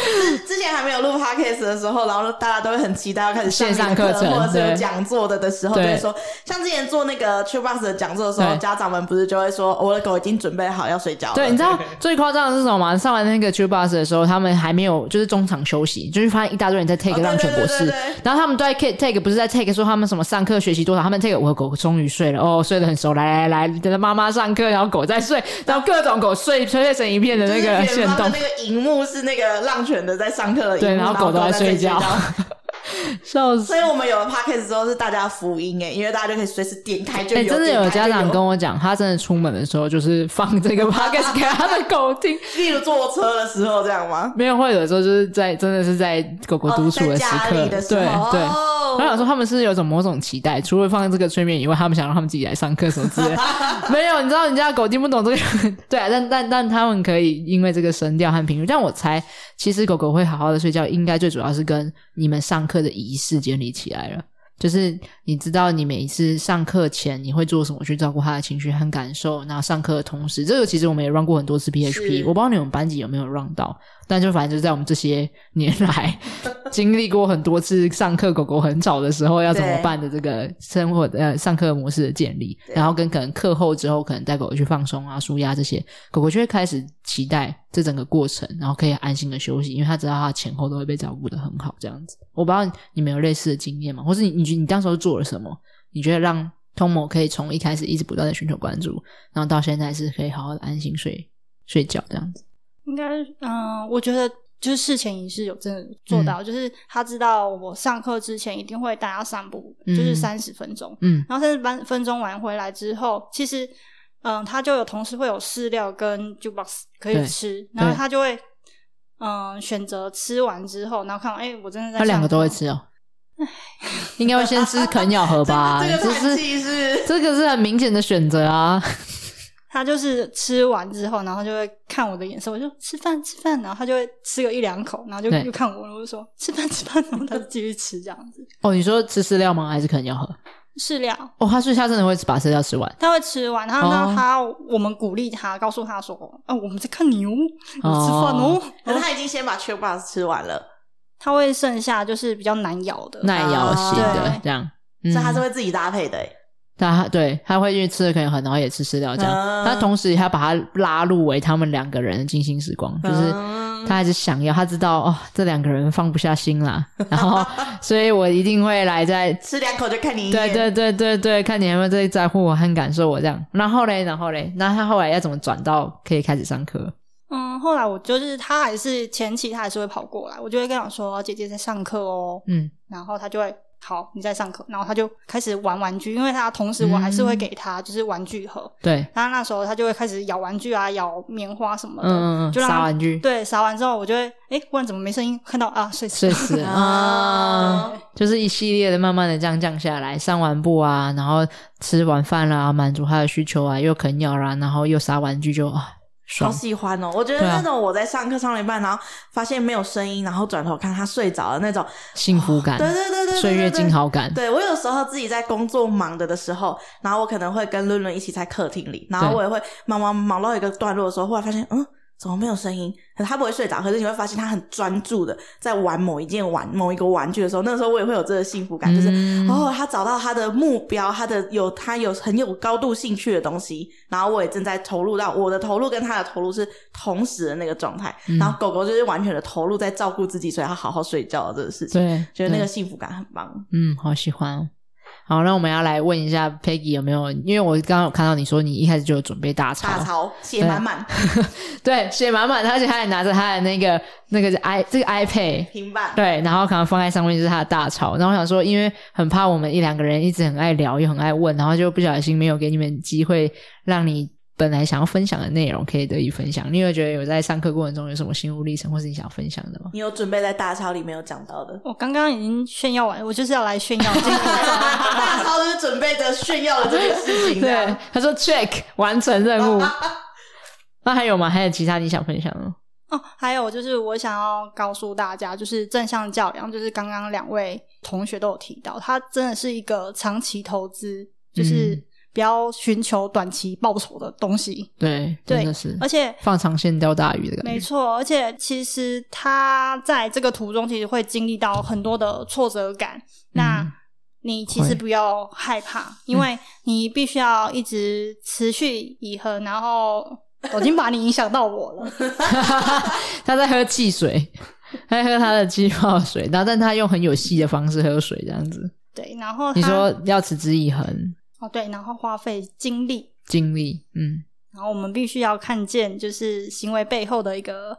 [SPEAKER 2] 之前还没有录 podcast 的时候，然后大家都会很期待要开始上
[SPEAKER 1] 线上课程
[SPEAKER 2] 你的或者是
[SPEAKER 1] 对
[SPEAKER 2] 有讲座的的时候，就
[SPEAKER 1] 对
[SPEAKER 2] 会说，像之前做那个 True Box 的讲座的时候，
[SPEAKER 1] 对
[SPEAKER 2] 家长们不是就会说，我的狗已经准备好要睡觉了。
[SPEAKER 1] 对，你知道最夸张的是什么吗？上完那个 Q bus 的时候，他们还没有就是中场休息，就是发现一大堆人在 take
[SPEAKER 2] 哦对
[SPEAKER 1] 让全博士
[SPEAKER 2] 对对对对，
[SPEAKER 1] 然后他们都在 take take 不是在 take 说他们什么上课学习多少，他们 take 我的狗终于睡了哦，睡得很熟，来来来，等着妈妈上课，然后狗在睡，然后各种狗睡睡睡成一片的那个
[SPEAKER 2] 就是
[SPEAKER 1] 线
[SPEAKER 2] 远方
[SPEAKER 1] 动
[SPEAKER 2] 的，那个荧幕是那个浪犬的在上课的荧幕，
[SPEAKER 1] 对，然后
[SPEAKER 2] 后
[SPEAKER 1] 狗都
[SPEAKER 2] 在
[SPEAKER 1] 睡
[SPEAKER 2] 觉
[SPEAKER 1] 觉。笑死
[SPEAKER 2] 所！以我们有了 podcast 之后是大家福音哎，因为大家就可以随时点开就
[SPEAKER 1] 哎、
[SPEAKER 2] 有。
[SPEAKER 1] 真的
[SPEAKER 2] 点
[SPEAKER 1] 有
[SPEAKER 2] 开就
[SPEAKER 1] 家长跟我讲，他真的出门的时候就是放这个 podcast 给他的狗听，
[SPEAKER 2] 例如坐车的时候这样吗？
[SPEAKER 1] 没有会有时候就是在真的是在狗狗独处
[SPEAKER 2] 哦在
[SPEAKER 1] 时
[SPEAKER 2] 家
[SPEAKER 1] 刻，
[SPEAKER 2] 里的时
[SPEAKER 1] 对
[SPEAKER 2] 候
[SPEAKER 1] 对。
[SPEAKER 2] 哦
[SPEAKER 1] 我想说他们是有种某种期待，除了放这个催眠以外，他们想让他们自己来上课什么之类的。没有，你知道人家狗听不懂这个， 对啊，但但但他们可以因为这个声调和频率。但我猜，其实狗狗会好好的睡觉，应该最主要是跟你们上课的仪式建立起来了。就是你知道你每一次上课前你会做什么去照顾它的情绪和感受，那上课的同时，这个其实我们也 run 过很多次 PHP，
[SPEAKER 3] 是
[SPEAKER 1] 我不知道你们班级有没有 run 到，但就反正就是在我们这些年来经历过很多次上课狗狗很吵的时候要怎么
[SPEAKER 2] 对
[SPEAKER 1] 办的这个生活呃上课模式的建立，
[SPEAKER 2] 对？
[SPEAKER 1] 然后跟可能课后之后可能带狗狗去放松啊、舒压这些，狗狗就会开始期待这整个过程，然后可以安心的休息，因为它知道它前后都会被照顾的很好，这样子。我不知道你们有类似的经验吗？或是你你觉你当时候做了什么？你觉得让 Tomo 可以从一开始一直不断的寻求关注，然后到现在是可以好好的安心睡睡觉这样子？
[SPEAKER 3] 应该，嗯、我觉得就是事前仪式有真的做到，就是他知道我上课之前一定会带他散步，
[SPEAKER 1] 嗯
[SPEAKER 3] 就是三十分钟，
[SPEAKER 1] 嗯
[SPEAKER 3] 然后三十分分钟完回来之后，其实，嗯、他就有同时会有饲料跟 jukebox 可以
[SPEAKER 1] 对
[SPEAKER 3] 吃，然后他就会。嗯，选择吃完之后，然后看完，哎、我真的在
[SPEAKER 1] 它两个
[SPEAKER 3] 上
[SPEAKER 1] 都
[SPEAKER 3] 课
[SPEAKER 1] 会吃哦。应该会先吃啃咬合吧
[SPEAKER 2] 这个这
[SPEAKER 1] 就
[SPEAKER 2] 个
[SPEAKER 1] 是
[SPEAKER 2] 叹气是
[SPEAKER 1] 这个是很明显的选择 啊。
[SPEAKER 3] 他就是吃完之后，然后就会看我的眼神，我就吃饭吃饭，然后他就会吃个一两口，然后就
[SPEAKER 1] 对
[SPEAKER 3] 又看我，我就说吃饭吃饭，然后他就继续吃这样子。
[SPEAKER 1] 哦，你说吃饲料吗？还是啃咬合？
[SPEAKER 3] 饲料
[SPEAKER 1] 哦，它睡觉真的会把饲料吃完。
[SPEAKER 3] 他会吃完，然后
[SPEAKER 1] 哦
[SPEAKER 3] 呢，他我们鼓励他，告诉他说，啊，我们在看牛，你吃饭哦。
[SPEAKER 2] 可是他已经先把 c h i l b o x 吃完了，
[SPEAKER 3] 他会剩下就是比较难咬的，
[SPEAKER 1] 耐咬型的、
[SPEAKER 3] 对
[SPEAKER 1] 这样，
[SPEAKER 2] 哦所
[SPEAKER 1] 嗯
[SPEAKER 2] 以他是会自己搭配的欸。
[SPEAKER 1] 但他对他会去吃了啃咬合，然后也吃饲料这样。
[SPEAKER 2] 嗯
[SPEAKER 1] 但同时还把他拉入为他们两个人的精心时光，就是
[SPEAKER 2] 嗯
[SPEAKER 1] 他还是想要，他知道哦，这两个人放不下心啦，然后 所以我一定会来在。
[SPEAKER 2] 吃两口就看你一
[SPEAKER 1] 对
[SPEAKER 2] 眼，
[SPEAKER 1] 对对对对，看你有没有在在乎我和感受我这样。然后嘞，然后嘞，那他后来要怎么转到可以开始上课？
[SPEAKER 3] 嗯，后来我就是他还是前期他还是会跑过来，我就会跟他说姐姐在上课哦，
[SPEAKER 1] 嗯，
[SPEAKER 3] 然后他就会好你在上课，然后他就开始玩玩具，因为他同时我还是会给他就是玩具盒，
[SPEAKER 1] 对，
[SPEAKER 3] 然后那时候他就会开始咬玩具啊，咬棉花什么的，
[SPEAKER 1] 嗯嗯嗯
[SPEAKER 3] 就让
[SPEAKER 1] 撒
[SPEAKER 3] 他
[SPEAKER 1] 玩具
[SPEAKER 3] 对，撒完之后我就会哎，忽然怎么没声音？看到啊，睡
[SPEAKER 1] 睡
[SPEAKER 3] 死了。
[SPEAKER 1] 死
[SPEAKER 2] 嗯
[SPEAKER 1] 了啊
[SPEAKER 2] 啊！
[SPEAKER 1] 就是一系列的，慢慢的这样降下来，上完步啊，然后吃完饭啦、满足他的需求啊，又啃咬啦、然后又撒玩具就，啊
[SPEAKER 2] 好
[SPEAKER 1] 爽。
[SPEAKER 2] 喜欢哦！我觉得
[SPEAKER 1] 对啊
[SPEAKER 2] 那种我在上课上了一半，然后发现没有声音，然后转头看他睡着了那种，
[SPEAKER 1] 幸福感，
[SPEAKER 2] 对对对对对，
[SPEAKER 1] 岁月静
[SPEAKER 2] 好。
[SPEAKER 1] 好感，
[SPEAKER 2] 对我有时候自己在工作忙着的时候，然后我可能会跟伦伦一起在客厅里，然后
[SPEAKER 1] 对
[SPEAKER 2] 我也会忙忙忙到一个段落的时候，忽然发现，嗯，怎么没有声音？可是他不会睡着，可是你会发现他很专注的在玩某一件玩某一个玩具的时候，那个时候我也会有这个幸福感，就是、
[SPEAKER 1] 嗯
[SPEAKER 2] 哦，他找到他的目标，他的有他有很有高度兴趣的东西，然后我也正在投入到我的投入跟他的投入是同时的那个状态，
[SPEAKER 1] 嗯
[SPEAKER 2] 然后狗狗就是完全的投入在照顾自己，所以它好好睡觉这个事情，
[SPEAKER 1] 对，
[SPEAKER 2] 觉得那
[SPEAKER 1] 对
[SPEAKER 2] 个幸福感很棒。
[SPEAKER 1] 嗯，好喜欢哦。好，那我们要来问一下 Peggy 有没有？因为我刚刚有看到你说你一开始就有准备大
[SPEAKER 2] 大潮写
[SPEAKER 1] 对
[SPEAKER 2] 满满
[SPEAKER 1] 对，写满满，而且他还拿着他的那个那个 i 这个 iPad，
[SPEAKER 2] 平板，
[SPEAKER 1] 对，然后可能放在上面就是他的大潮。然后我想说，因为很怕我们一两个人一直很爱聊，又很爱问，然后就不小心没有给你们机会，让你本来想要分享的内容可以得以分享。你有觉得有在上课过程中有什么心路历程，或是你想分享的吗？
[SPEAKER 2] 你有准备在大潮里没有讲到的
[SPEAKER 3] 。我刚刚已经炫耀完，我就是要来炫耀这个。
[SPEAKER 2] 大超就是准备着炫耀的这件事情，这
[SPEAKER 1] 对
[SPEAKER 2] 样，
[SPEAKER 1] 他说 check 完成任务。那还有吗？还有其他你想分享的吗？
[SPEAKER 3] 哦，还有就是我想要告诉大家，就是正向教养，就是刚刚两位同学都有提到，它真的是一个长期投资，就是
[SPEAKER 1] 嗯
[SPEAKER 3] 不要寻求短期报酬的东西。
[SPEAKER 1] 对，
[SPEAKER 3] 对
[SPEAKER 1] 真的是
[SPEAKER 3] 而且
[SPEAKER 1] 放长线钓大鱼的感
[SPEAKER 3] 没
[SPEAKER 1] 觉。
[SPEAKER 3] 错，而且其实他在这个途中，其实会经历到很多的挫折感。那你其
[SPEAKER 1] 嗯会嗯
[SPEAKER 3] 实不要害怕，因为你必须要一直持续以恒，然后我已经把你影响到我了。
[SPEAKER 1] 他在喝汽水，他在喝他的气泡水，然后但他用很有戏的方式喝水，这样子。
[SPEAKER 3] 对，然后他
[SPEAKER 1] 你说要持之以恒，
[SPEAKER 3] 哦，对，然后花费精力，
[SPEAKER 1] 经历，嗯，
[SPEAKER 3] 然后我们必须要看见，就是行为背后的一个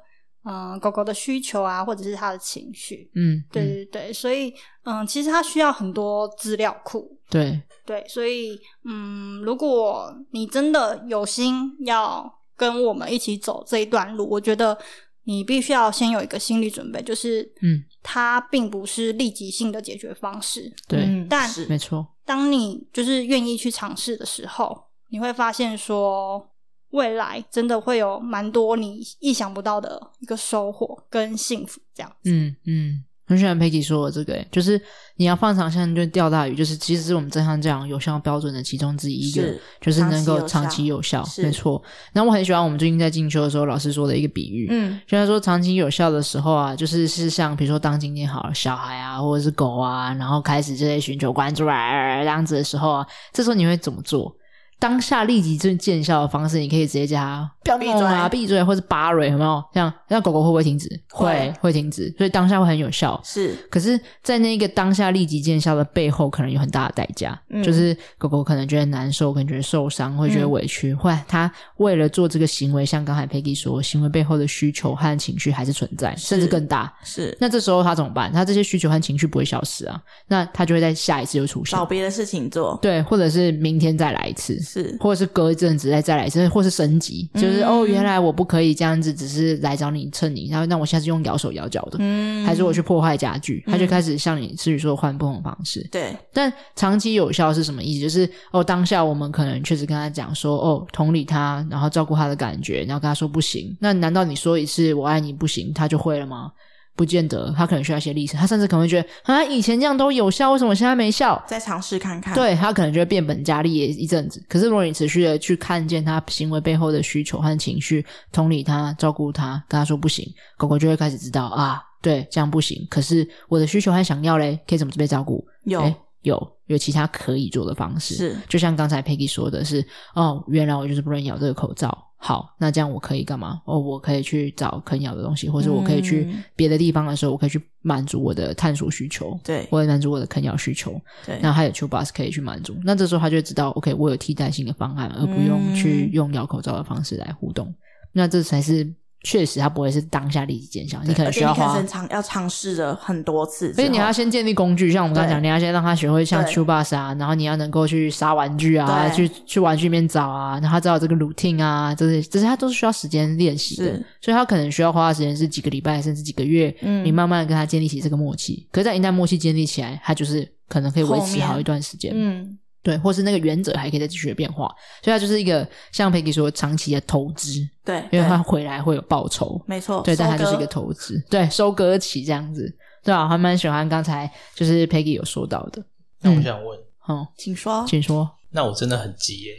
[SPEAKER 3] 嗯、狗狗的需求啊，或者是它的情绪。
[SPEAKER 1] 嗯，
[SPEAKER 3] 对
[SPEAKER 1] 嗯
[SPEAKER 3] 对对，所以嗯，其实它需要很多资料库，
[SPEAKER 1] 对，
[SPEAKER 3] 对，所以嗯，如果你真的有心要跟我们一起走这一段路，我觉得你必须要先有一个心理准备，就是
[SPEAKER 1] 嗯，
[SPEAKER 3] 它并不是立即性的解决方式。
[SPEAKER 1] 对，
[SPEAKER 2] 嗯
[SPEAKER 3] 但
[SPEAKER 2] 是
[SPEAKER 1] 没错，
[SPEAKER 3] 当你就是愿意去尝试的时候，你会发现说，未来真的会有蛮多你意想不到的一个收获跟幸福，这样子。
[SPEAKER 1] 嗯嗯，很喜欢 Peggy 说的这个、欸，就是你要放长线就钓大鱼，就是其实是我们正向教养有效标准的其中之一，
[SPEAKER 2] 是
[SPEAKER 1] 就是
[SPEAKER 2] 长
[SPEAKER 1] 能
[SPEAKER 2] 期
[SPEAKER 1] 够
[SPEAKER 2] 有
[SPEAKER 1] 长
[SPEAKER 2] 效
[SPEAKER 1] 期有效，
[SPEAKER 2] 是
[SPEAKER 1] 没错。然后我很喜欢我们最近在进修的时候老师说的一个比喻，
[SPEAKER 2] 嗯
[SPEAKER 1] 虽然说长期有效的时候啊，就是是像比如说当今天好了小孩啊，或者是狗啊，然后开始就在寻求关注啊这样子的时候啊，这时候你会怎么做？当下立即就见效的方式，你可以直接叫它不要弄啊，闭嘴，或者巴蕊，有没有？这样，那狗狗会不会停止？
[SPEAKER 2] 会
[SPEAKER 1] 会停止，所以当下会很有效。
[SPEAKER 2] 是
[SPEAKER 1] 可是，在那个当下立即见效的背后，可能有很大的代价，
[SPEAKER 2] 嗯
[SPEAKER 1] 就是狗狗可能觉得难受，可能觉得受伤，会觉得委屈，或者它为了做这个行为，像刚才 Peggy 说，行为背后的需求和情绪还是存在，甚至更大。
[SPEAKER 2] 是
[SPEAKER 1] 那这时候它怎么办？它这些需求和情绪不会消失啊，那它就会在下一次又出现
[SPEAKER 2] 找，别的事情做，
[SPEAKER 1] 对，或者是明天再来一次，
[SPEAKER 2] 是
[SPEAKER 1] 或者是隔一阵子再再来一次，或是升级，就是、
[SPEAKER 2] 嗯
[SPEAKER 1] 哦，原来我不可以这样子，只是来找你蹭你，然后那我下次用咬手咬脚的，
[SPEAKER 2] 嗯
[SPEAKER 1] 还是我去破坏家具，他就
[SPEAKER 2] 嗯
[SPEAKER 1] 开始像你思雨说的换不同的方式。
[SPEAKER 2] 对
[SPEAKER 1] 但长期有效是什么意思？就是哦，当下我们可能确实跟他讲说，哦，同理他，然后照顾他的感觉，然后跟他说不行。那难道你说一次我爱你不行，他就会了吗？不见得，他可能需要一些历程，他甚至可能会觉得啊，以前这样都有效，为什么现在没效？
[SPEAKER 2] 再尝试看看，
[SPEAKER 1] 对他可能就会变本加厉也一阵子。可是如果你持续的去看见他行为背后的需求和情绪，同理他、照顾他，跟他说不行，狗狗就会开始知道啊，对，这样不行。可是我的需求和想要嘞，可以怎么被照顾？
[SPEAKER 2] 有
[SPEAKER 1] 诶有有其他可以做的方式。
[SPEAKER 2] 是
[SPEAKER 1] 就像刚才 Peggy 说的是，哦，原来我就是不能咬这个口罩。好，那这样我可以干嘛？哦，我可以去找啃咬的东西，或者我可以去
[SPEAKER 2] 嗯
[SPEAKER 1] 别的地方的时候，我可以去满足我的探索需求，
[SPEAKER 2] 对
[SPEAKER 1] 或者满足我的啃咬需求。
[SPEAKER 2] 对
[SPEAKER 1] 那他有 Q bus 可以去满足，那这时候他就知道，OK，我有替代性的方案，而不用
[SPEAKER 2] 嗯
[SPEAKER 1] 去用咬口罩的方式来互动。那这才是确实，他不会是当下立即见效，你可
[SPEAKER 2] 而
[SPEAKER 1] 能
[SPEAKER 2] 且
[SPEAKER 1] 需要
[SPEAKER 2] 你可
[SPEAKER 1] 花
[SPEAKER 2] 能，尝要尝试了很多次之后，
[SPEAKER 1] 而且你还要先建立工具，像我们刚刚
[SPEAKER 2] 对
[SPEAKER 1] 讲，你要先让他学会像
[SPEAKER 2] 对
[SPEAKER 1] Q bus 啊，然后你要能够去杀玩具啊，去
[SPEAKER 2] 对
[SPEAKER 1] 去玩具里面找啊，然后他知道这个 routine 啊，这些这些他都是需要时间练习的
[SPEAKER 2] 是，
[SPEAKER 1] 所以他可能需要花的时间是几个礼拜甚至几个月，
[SPEAKER 2] 嗯
[SPEAKER 1] 你慢慢地跟他建立起这个默契。可是，在一旦默契建立起来，他就是可能可以维
[SPEAKER 2] 后
[SPEAKER 1] 持
[SPEAKER 2] 面
[SPEAKER 1] 好一段时间，
[SPEAKER 2] 嗯
[SPEAKER 1] 对，或是那个原则还可以再继续的变化，所以它就是一个像 Peggy 说长期的投资，
[SPEAKER 2] 对，
[SPEAKER 1] 因为它
[SPEAKER 2] 对
[SPEAKER 1] 回来会有报酬，
[SPEAKER 2] 没错，
[SPEAKER 1] 对，但它
[SPEAKER 2] 收
[SPEAKER 1] 就是一
[SPEAKER 2] 割
[SPEAKER 1] 个投资，对，收割期这样子，对啊，我还蛮喜欢刚才就是 Peggy 有说到的，
[SPEAKER 4] 那我
[SPEAKER 1] 嗯
[SPEAKER 4] 想问，
[SPEAKER 1] 嗯，
[SPEAKER 2] 请说，
[SPEAKER 1] 请说，
[SPEAKER 4] 那我真的很急耶，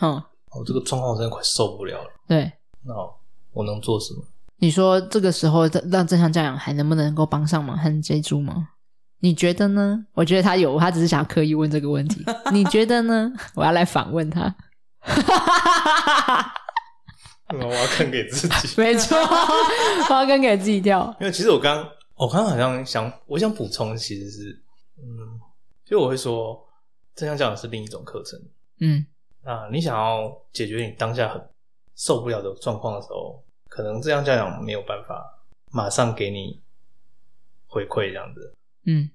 [SPEAKER 4] 哦
[SPEAKER 1] 嗯，
[SPEAKER 4] 我这个状况我真的快受不了了。
[SPEAKER 1] 对，
[SPEAKER 4] 那我能做 什么？
[SPEAKER 1] 你说这个时候让正向教养还能不能够帮上忙和接住吗？你觉得呢？我觉得他有，他只是想要刻意问这个问题。你觉得呢？ 我要来反问他。
[SPEAKER 4] 我要看给自己。
[SPEAKER 1] 没 错，花根给自己掉。
[SPEAKER 4] 因为其实我刚，我刚刚好像想，我想补充，其实是，嗯，就我会说，正向教养是另一种课程。
[SPEAKER 1] 嗯
[SPEAKER 4] 那你想要解决你当下很受不了的状况的时候，可能正向教养没有办法马上给你回馈这样子。
[SPEAKER 1] 嗯，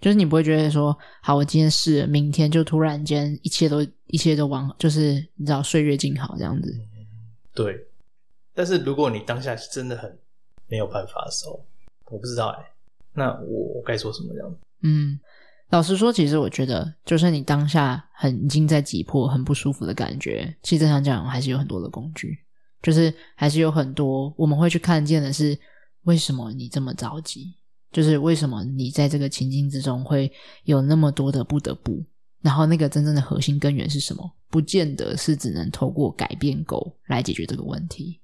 [SPEAKER 1] 就是你不会觉得说，好，我今天试了，明天就突然间一切都一切都往，就是你知道岁月静好这样子。
[SPEAKER 4] 对，但是如果你当下真的很没有办法的时候，我不知道哎、那我我该说什么这样子？
[SPEAKER 1] 嗯，老实说，其实我觉得，就是你当下很已经在挤迫、很不舒服的感觉，其实正常讲还是有很多的工具，就是还是有很多我们会去看见的是，为什么你这么着急？就是为什么你在这个情境之中会有那么多的不得不？然后那个真正的核心根源是什么？不见得是只能透过改变狗来解决这个问题。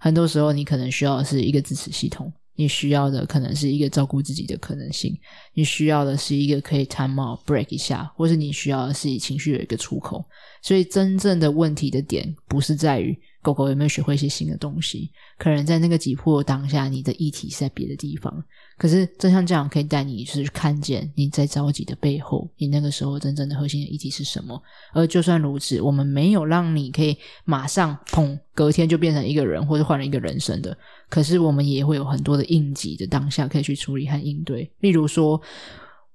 [SPEAKER 1] 很多时候你可能需要的是一个支持系统，你需要的可能是一个照顾自己的可能性，你需要的是一个可以 time out break 一下，或是你需要的是情绪有一个出口。所以真正的问题的点不是在于狗狗有没有学会一些新的东西。可能在那个急迫当下，你的议题是在别的地方，可是正向教养可以带你就是看见你在着急的背后，你那个时候真正的核心的议题是什么。而就算如此，我们没有让你可以马上砰，隔天就变成一个人或者换了一个人生的，可是我们也会有很多的应急的当下可以去处理和应对。例如说，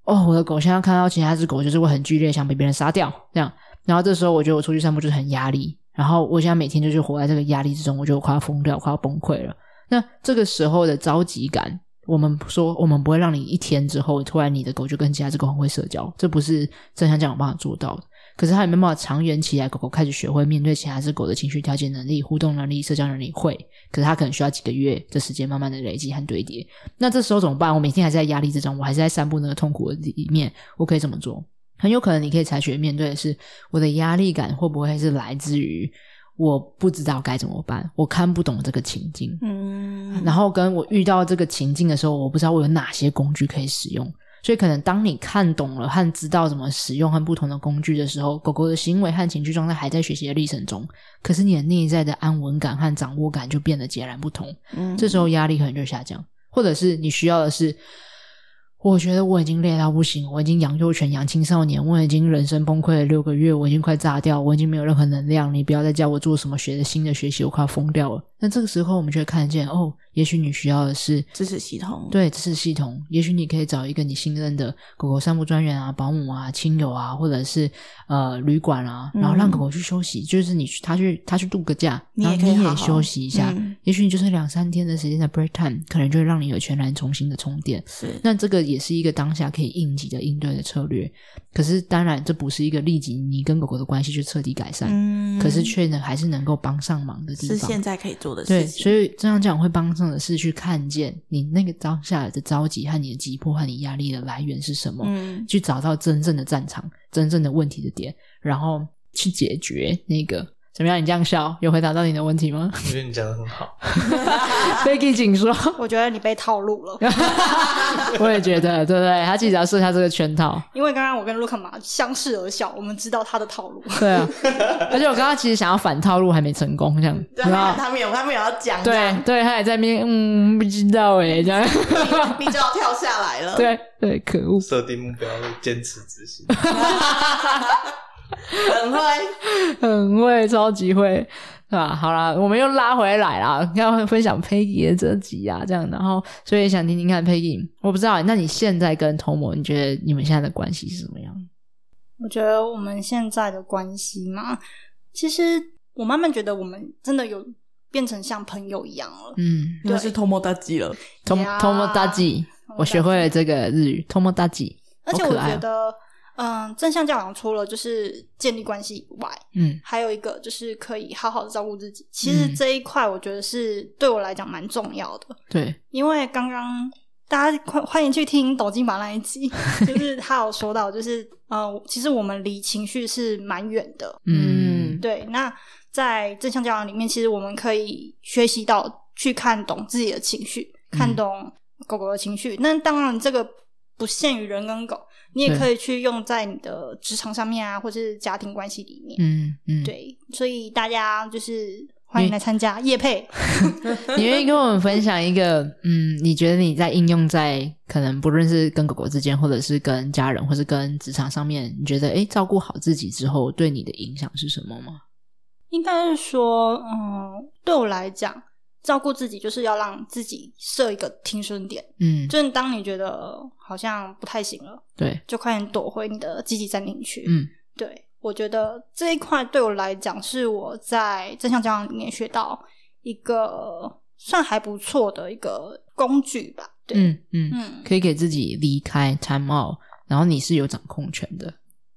[SPEAKER 1] 哦，我的狗现在看到其他只狗就是会很剧烈，想被别人杀掉这样。然后这时候我觉得我出去散步就是很压力，然后我现在每天就是活在这个压力之中，我觉得我快要疯掉，快要崩溃了。那这个时候的着急感，我们说我们不会让你一天之后突然你的狗就跟其他只狗很会社交，这不是正向讲有办法做到的。可是它有没有办法长远起来？狗狗开始学会面对其他只狗的情绪调节能力、互动能力、社交能力会，可是它可能需要几个月的时间慢慢的累积和堆叠。那这时候怎么办？我每天还是在压力之中，我还是在散步那个痛苦的里面，我可以怎么做？很有可能你可以采取面对的是，我的压力感会不会是来自于我不知道该怎么办，我看不懂这个情境，
[SPEAKER 2] 嗯，
[SPEAKER 1] 然后跟我遇到这个情境的时候，我不知道我有哪些工具可以使用。所以，可能当你看懂了和知道怎么使用和不同的工具的时候，狗狗的行为和情绪状态还在学习的历程中，可是你的内在的安稳感和掌握感就变得截然不同。
[SPEAKER 2] 嗯
[SPEAKER 1] 这时候压力可能就下降，或者是你需要的是，我觉得我已经累到不行，我已经养幼犬、养青少年，我已经人生崩溃了六个月，我已经快炸掉，我已经没有任何能量，你不要再叫我做什么学的新的学习，我快要疯掉了。那这个时候我们就会看见，哦，也许你需要的是
[SPEAKER 2] 支持系统，，
[SPEAKER 1] 对，这是系统。也许你可以找一个你信任的狗狗散步专员啊、保姆啊、亲友啊，或者是呃旅馆啊，然后让
[SPEAKER 2] 嗯
[SPEAKER 1] 狗狗去休息，就是你去它去它去度个假，
[SPEAKER 2] 你
[SPEAKER 1] 然
[SPEAKER 2] 也
[SPEAKER 1] 后
[SPEAKER 2] 可以
[SPEAKER 1] 你
[SPEAKER 2] 好
[SPEAKER 1] 也
[SPEAKER 2] 好
[SPEAKER 1] 休息一下。
[SPEAKER 2] 嗯
[SPEAKER 1] 也许你就是两三天的时间的 break time，可能就会让你有全然重新的充电。
[SPEAKER 2] 是，
[SPEAKER 1] 那这个也是一个当下可以应急的应对的策略。可是当然，这不是一个立即你跟狗狗的关系就彻底改善，
[SPEAKER 2] 嗯，
[SPEAKER 1] 可是却能还是能够帮上忙的地
[SPEAKER 2] 是
[SPEAKER 1] 方。
[SPEAKER 2] 现在可以做的
[SPEAKER 1] 对，
[SPEAKER 2] 事情，
[SPEAKER 1] 所以这样讲会帮上的是去看见你那个当下的着急和你的急迫和你压力的来源是什么，
[SPEAKER 2] 嗯，
[SPEAKER 1] 去找到真正的战场、真正的问题的点，然后去解决那个。怎么样？你这样笑，有回答到你的问题 吗
[SPEAKER 4] 我觉得你讲的很好，
[SPEAKER 1] ？Becky，请说。
[SPEAKER 3] 我觉得你被套路了，
[SPEAKER 1] 我也觉得，对不对？他自己要设下这个圈套。
[SPEAKER 3] 因为刚刚我跟卢克马相视而笑，我们知道他的套路。
[SPEAKER 1] 对啊，而且我刚刚其实想要反套路，还没成功，这样。
[SPEAKER 2] 对啊
[SPEAKER 1] 然后
[SPEAKER 2] 他他们有他们有要讲，这
[SPEAKER 1] 对
[SPEAKER 2] 样
[SPEAKER 1] 对，他也在那边，嗯，不知道哎，这样。
[SPEAKER 2] 你就要跳下来了，，
[SPEAKER 1] 对对，可恶。
[SPEAKER 4] 设定目标，坚持执行。
[SPEAKER 2] 很会。
[SPEAKER 1] 很会，嗯超级会，对吧？好啦，我们又拉回来啦，要分享 Peggy 的这集啊，这样，然后所以想听听看 Peggy，我不知道，那你现在跟 Tomo，你觉得你们现在的关系是怎么样？
[SPEAKER 3] 我觉得我们现在的关系嘛，其实我慢慢觉得我们真的有变成像朋友一样了。
[SPEAKER 1] 嗯
[SPEAKER 2] 又是偷摸大鸡了，
[SPEAKER 1] ，Tom
[SPEAKER 3] 呀
[SPEAKER 1] Tomo 大吉，我学会了这个日语 Tomo 大吉，
[SPEAKER 3] 而且
[SPEAKER 1] 好
[SPEAKER 3] 我
[SPEAKER 1] 可爱
[SPEAKER 3] 觉
[SPEAKER 1] 哦
[SPEAKER 3] 得，嗯，正向教养除了就是建立关系以外，
[SPEAKER 1] 嗯
[SPEAKER 3] 还有一个就是可以好好的照顾自己。其实
[SPEAKER 1] 嗯
[SPEAKER 3] 这一块我觉得是对我来讲蛮重要的，
[SPEAKER 1] 对，
[SPEAKER 3] 因为刚刚大家快欢迎去听抖金宝那一 集，就是他有说到，就是呃，其实我们离情绪是蛮远的。
[SPEAKER 1] 嗯
[SPEAKER 3] 对，那在正向教养里面，其实我们可以学习到去看懂自己的情绪，
[SPEAKER 1] 嗯
[SPEAKER 3] 看懂狗狗的情绪。那当然，这个不限于人跟狗，你也
[SPEAKER 1] 对
[SPEAKER 3] 可以去用在你的职场上面啊，或是家庭关系里面。
[SPEAKER 1] 嗯嗯，，
[SPEAKER 3] 对，所以大家就是欢迎
[SPEAKER 1] 你
[SPEAKER 3] 来参加夜配。
[SPEAKER 1] 你愿意跟我们分享一个，嗯，你觉得你在应用在可能不论是跟狗狗之间，或者是跟家人，或是跟职场上面，你觉得诶照顾好自己之后对你的影响是什么吗？
[SPEAKER 3] 应该是说，嗯，对我来讲，照顾自己就是要让自己设一个停损点，
[SPEAKER 1] 嗯，
[SPEAKER 3] 就是当你觉得好像不太行了，
[SPEAKER 1] 对，
[SPEAKER 3] 就快点躲回你的积极占领区。
[SPEAKER 1] 嗯
[SPEAKER 3] 对我觉得这一块对我来讲，是我在正向教养里面学到一个算还不错的一个工具吧。对，
[SPEAKER 1] 嗯嗯，
[SPEAKER 3] 嗯
[SPEAKER 1] 可以给自己离开 time out，然后你是有掌控权的，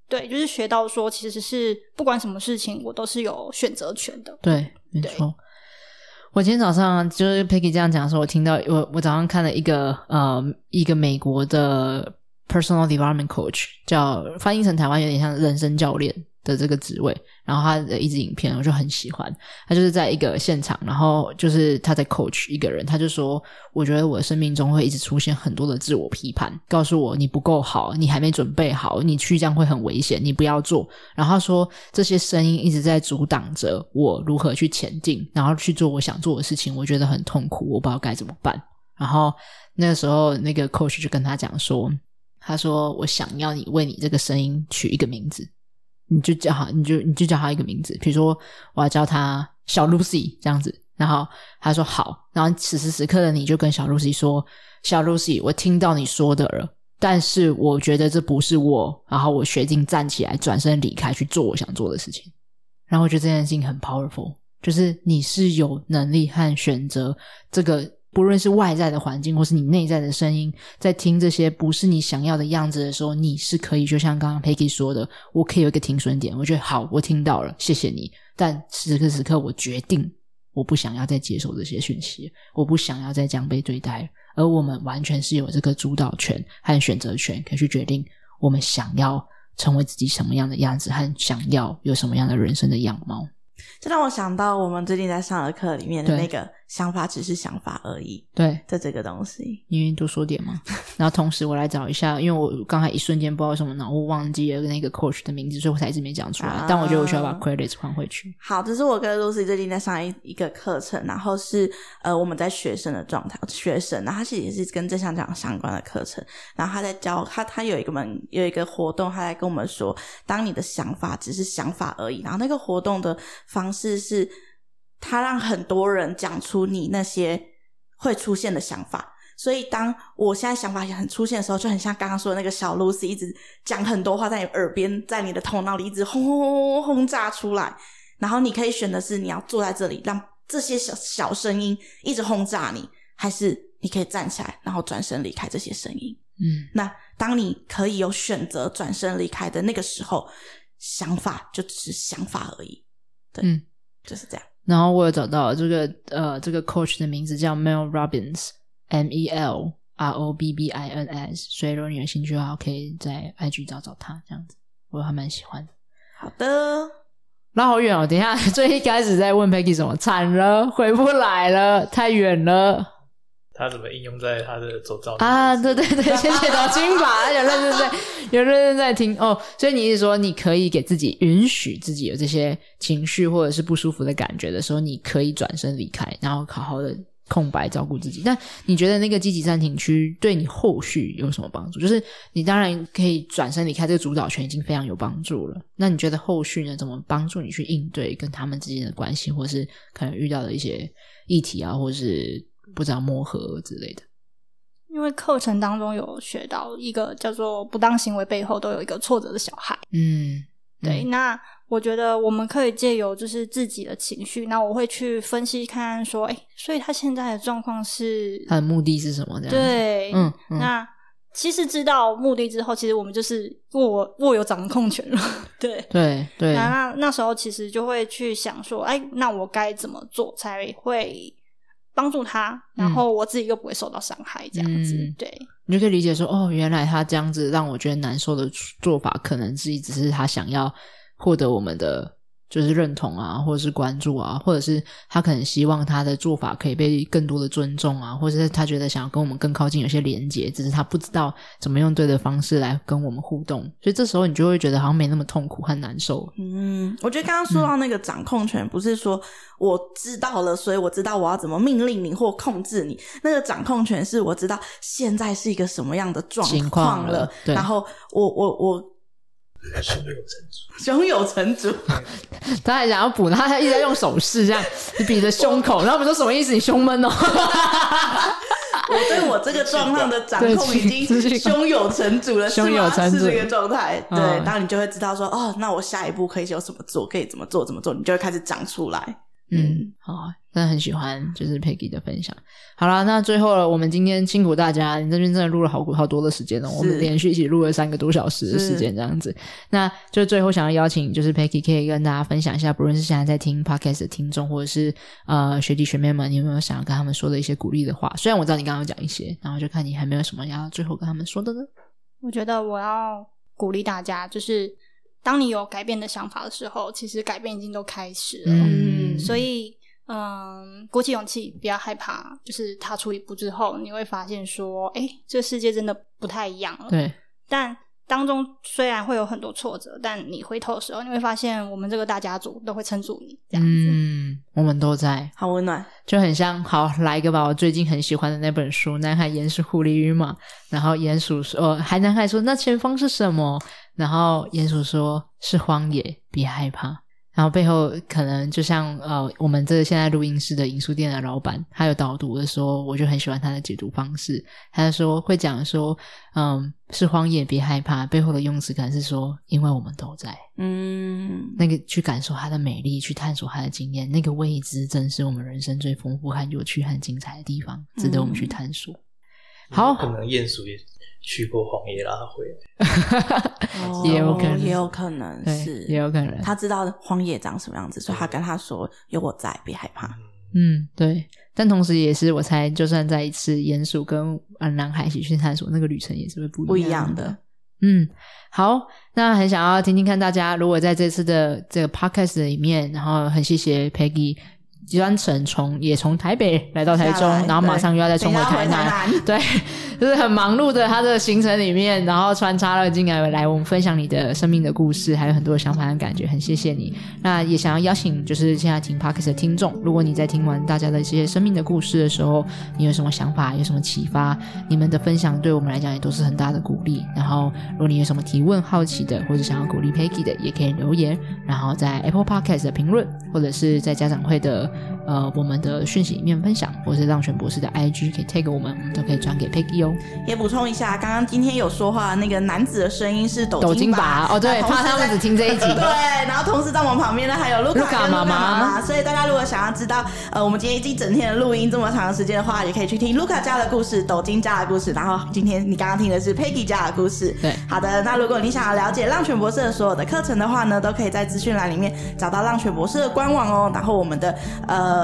[SPEAKER 3] 对，就是学到说，其实是不管什么事情，我都是有选择权的。
[SPEAKER 1] 对，没
[SPEAKER 3] 对
[SPEAKER 1] 错。我今天早上就是 Peggy 这样讲的时候，我听到我我早上看了一个呃一个美国的 personal development coach，叫翻译成台湾有点像人生教练的这个职位，然后他的一支影片我就很喜欢，他就是在一个现场，然后就是他在 coach 一个人，他就说，我觉得我的生命中会一直出现很多的自我批判，告诉我你不够好，你还没准备好，你去这样会很危险，你不要做。然后他说这些声音一直在阻挡着我如何去前进，然后去做我想做的事情，我觉得很痛苦，我不知道该怎么办。然后那个时候，那个 coach 就跟他讲说，他说我想要你为你这个声音取一个名字。你就叫他，你就你就叫他一个名字，比如说我要叫他小 Lucy 这样子，然后他说好，然后此时此刻的你就跟小 Lucy 说，小 Lucy，我听到你说的了，但是我觉得这不是我，然后我决定站起来，转身离开，去做我想做的事情。然后我觉得这件事情很 powerful，就是你是有能力和选择这个，不论是外在的环境，或是你内在的声音，在听这些不是你想要的样子的时候，你是可以，就像刚刚 Peggy 说的，我可以有一个停损点。我觉得好，我听到了，谢谢你。但此刻此刻，我决定，我不想要再接受这些讯息，我不想要再这样被对待了。而我们完全是有这个主导权和选择权，可以去决定我们想要成为自己什么样的样子，和想要有什么样的人生的样貌。
[SPEAKER 2] 这让我想到我们最近在上的课里面的
[SPEAKER 1] 对
[SPEAKER 2] 那个想法只是想法而已
[SPEAKER 1] 对，
[SPEAKER 2] 的这个东西。
[SPEAKER 1] 你愿意多说点吗？ 然后同时我来找一下，因为我刚才一瞬间不知道为什么脑雾忘记了那个 coach 的名字，所以我才一直没讲出来。
[SPEAKER 2] 啊
[SPEAKER 1] 但我觉得我需要把 credits 还回去。
[SPEAKER 2] 好，这是我跟 Lucy 最近在上一一个课程，然后是呃我们在学生的状态，学生，然后他其实也是跟正向讲相关的课程，然后他在教他他有一个门有一个活动，他在跟我们说，当你的想法只是想法而已，然后那个活动的方式是，他让很多人讲出你那些会出现的想法。所以，当我现在想法也很出现的时候，就很像刚刚说的那个小 Lucy，一直讲很多话在你耳边，在你的头脑里一直轰轰轰轰轰炸出来。然后你可以选的是你要坐在这里，让这些小小声音一直轰炸你，还是你可以站起来，然后转身离开这些声音。
[SPEAKER 1] 嗯，
[SPEAKER 2] 那当你可以有选择转身离开的那个时候，想法就只是想法而已。对，
[SPEAKER 1] 嗯
[SPEAKER 2] 就是这样。
[SPEAKER 1] 然后我有找到这个呃，这个 coach 的名字叫 Mel Robbins，M E L R O B B I N S，所以如果你有兴趣的话，可以在 IG 找找他这样子，我还蛮喜欢的。
[SPEAKER 2] 好的，
[SPEAKER 1] 拉好远哦，等一下， 最一开始在问 Peggy 什么，惨了，回不来了，太远了。
[SPEAKER 4] 他怎么应用在他的走照
[SPEAKER 1] 啊，对对对，谢谢董金宝，有认真在，有认真在听哦。所以你是说，你可以给自己允许自己有这些情绪或者是不舒服的感觉的时候，你可以转身离开，然后好好的空白照顾自己。但你觉得那个积极暂停区对你后续有什么帮助？就是你当然可以转身离开这个主导权，已经非常有帮助了。那你觉得后续呢？怎么帮助你去应对跟他们之间的关系，或是可能遇到的一些议题啊，或是不知道磨合之类的？
[SPEAKER 3] 因为课程当中有学到一个叫做不当行为背后都有一个挫折的小孩。
[SPEAKER 1] 嗯，
[SPEAKER 3] 对，
[SPEAKER 1] 嗯
[SPEAKER 3] 那我觉得我们可以借由就是自己的情绪，那我会去分析看看说，哎，所以他现在的状况是，
[SPEAKER 1] 他的目的是什么？这样子，
[SPEAKER 3] 对，
[SPEAKER 1] 嗯，嗯
[SPEAKER 3] 那其实知道目的之后，其实我们就是握握有掌控权了， 对。
[SPEAKER 1] 对对，
[SPEAKER 3] 那那那时候其实就会去想说，哎，那我该怎么做才会帮助他，然
[SPEAKER 1] 嗯
[SPEAKER 3] 后我自己又不会受到伤害，这样子，
[SPEAKER 1] 嗯
[SPEAKER 3] 对，
[SPEAKER 1] 你就可以理解说，哦，原来他这样子让我觉得难受的做法，可能是只是他想要获得我们的就是认同啊，或者是关注啊，或者是他可能希望他的做法可以被更多的尊重啊，或者是他觉得想要跟我们更靠近，有些连接，只是他不知道怎么用对的方式来跟我们互动，所以这时候你就会觉得好像没那么痛苦和难受了。
[SPEAKER 2] 嗯，我觉得刚刚说到那个掌控权，不是说我知道了，所以我知道我要怎么命令你或控制你。那个掌控权是我知道现在是一个什么样的状
[SPEAKER 1] 情
[SPEAKER 2] 况
[SPEAKER 1] 况了对
[SPEAKER 2] 然后我我我
[SPEAKER 4] 胸有成竹，
[SPEAKER 2] 胸有成竹，
[SPEAKER 1] 他还想要补，然后他一直在用手势 这样比着胸口，然后我们说什么意思？你胸闷哦。
[SPEAKER 2] 我对我这个状况的掌控
[SPEAKER 1] 对
[SPEAKER 2] 已经
[SPEAKER 1] 气
[SPEAKER 2] 胸有成竹了，
[SPEAKER 1] 胸有成竹
[SPEAKER 2] 是吗是这个状态。对，
[SPEAKER 1] 嗯
[SPEAKER 2] 然后你就会知道说，哦，那我下一步可以有什么做，可以怎么做，怎么做，你就会开始长出来。
[SPEAKER 1] 嗯，好，真的很喜欢，就是 Peggy 的分享。好啦，那最后了，我们今天辛苦大家，你这边真的录了好好多的时间哦，我们连续一起录了三个多小时的时间，这样子。那就最后想要邀请，就是 Peggy 可以跟大家分享一下，不论是现在在听 Podcast 的听众，或者是呃学弟学妹们，你有没有想要跟他们说的一些鼓励的话？虽然我知道你刚刚有讲一些，然后就看你还没有什么要最后跟他们说的呢？
[SPEAKER 3] 我觉得我要鼓励大家，就是当你有改变的想法的时候，其实改变已经都开始了。
[SPEAKER 1] 嗯，
[SPEAKER 3] 所以，嗯，鼓起勇气，不要害怕，就是踏出一步之后，你会发现说，哎、这世界真的不太一样了。
[SPEAKER 1] 对，
[SPEAKER 3] 但当中虽然会有很多挫折，但你回头的时候，你会发现我们这个大家族都会撑住你，这样子。
[SPEAKER 1] 嗯，我们都在，
[SPEAKER 2] 好温暖。
[SPEAKER 1] 就很像，好来一个吧，我最近很喜欢的那本书《南海鼹鼠狐狸与马》，然后鼹鼠说，呃，还南海说那前方是什么？然后鼹鼠说是荒野，别害怕。然后背后可能就像呃，我们这个现在录音室的影书店的老板，他有导读的时候，我就很喜欢他的解读方式。他就说会讲说，嗯，是荒野，别害怕。背后的用词可能是说，因为我们都在。
[SPEAKER 2] 嗯，
[SPEAKER 1] 那个去感受它的美丽，去探索它的经验，那个未知正是我们人生最丰富、和有趣、和精彩的地方，
[SPEAKER 2] 嗯
[SPEAKER 1] 值得我们去探索。好
[SPEAKER 4] 可能鼹鼠也去过荒野啦，回来。
[SPEAKER 2] 哦
[SPEAKER 1] 也有可能
[SPEAKER 2] 也有可能
[SPEAKER 1] 对
[SPEAKER 2] 是，
[SPEAKER 1] 也有可能
[SPEAKER 2] 他知道荒野长什么样子，所以他跟他说：“有我在，别害怕。
[SPEAKER 4] 嗯，
[SPEAKER 1] 嗯，对。但同时，也是我猜，就算在一次鼹鼠跟呃南海一起去探索，那个旅程也是会不”
[SPEAKER 2] 不
[SPEAKER 1] 一
[SPEAKER 2] 一样
[SPEAKER 1] 样
[SPEAKER 2] 的。，
[SPEAKER 1] 嗯，好，那很想要听听看大家，如果在这次的这个 podcast 里面，然后很谢谢 Peggy 专程从也从台北来到台中
[SPEAKER 2] 下来，
[SPEAKER 1] 然后马
[SPEAKER 2] 对
[SPEAKER 1] 上又要再冲
[SPEAKER 2] 等一下
[SPEAKER 1] 台
[SPEAKER 2] 回台南
[SPEAKER 1] 对，就是很忙碌的他的行程里面，然后穿插了进来来我们分享你的生命的故事，还有很多的想法和感觉，很谢谢你。那也想要邀请，就是现在听 podcast 的听众，如果你在听完大家的这些生命的故事的时候，你有什么想法，有什么启发，你们的分享对我们来讲也都是很大的鼓励。然后，如果你有什么提问、好奇的，或者想要鼓励 Peggy 的，也可以留言，然后在 Apple Podcast 的评论，或者是在家长会的呃我们的讯息里面分享，或是让全博士的 IG 可以 tag 我们，我们都可以转给 Peggy 哦。
[SPEAKER 2] 也补充一下，刚刚今天有说话那个男子的声音是
[SPEAKER 1] 抖
[SPEAKER 2] 抖
[SPEAKER 1] 金拔哦，对，
[SPEAKER 2] 那同
[SPEAKER 1] 怕
[SPEAKER 2] 时
[SPEAKER 1] 他们
[SPEAKER 2] 在。
[SPEAKER 1] 只听这一集
[SPEAKER 2] 对，然后同时在我们旁边呢还有卢卡
[SPEAKER 1] Luca
[SPEAKER 2] 跟
[SPEAKER 1] 妈
[SPEAKER 2] 妈
[SPEAKER 1] 妈
[SPEAKER 2] 妈，所以大家如果想要知道呃我们今天一整天的录音这么长的时间的话，也可以去听卢卡家的故事、抖金家的故事，然后今天你刚刚听的是 Peggy 家的故事。
[SPEAKER 1] 对
[SPEAKER 2] 好的，那如果你想要了解浪犬博士的所有的课程的话呢，都可以在资讯栏里面找到浪犬博士的官网哦，然后我们的呃。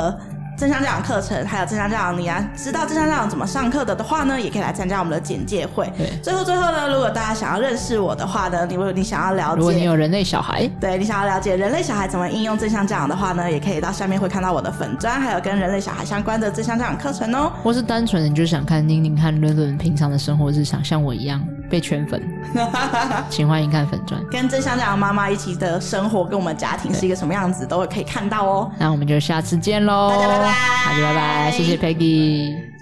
[SPEAKER 2] 正向教养课程，还有正向教养，你要知道正向教养怎么上课的的话呢，也可以来参加我们的简介会。
[SPEAKER 1] 对
[SPEAKER 2] 最后最后呢，如果大家想要认识我的话呢，你如果你想要了解，
[SPEAKER 1] 如果你有人类小孩，
[SPEAKER 2] 对你想要了解人类小孩怎么应用正向教养的话呢，也可以到下面会看到我的粉砖，还有跟人类小孩相关的正向教养课程哦。
[SPEAKER 1] 或是单纯的你就想看宁宁和伦伦平常的生活日常，像我一样被圈 粉，请欢迎看粉砖。
[SPEAKER 2] 跟正向教养妈妈一起的生活，跟我们家庭是一个什么样子，都会可以看到哦。
[SPEAKER 1] 那我们就下次见喽，
[SPEAKER 2] 大家拜拜
[SPEAKER 1] 大家拜拜，谢谢 Peggy。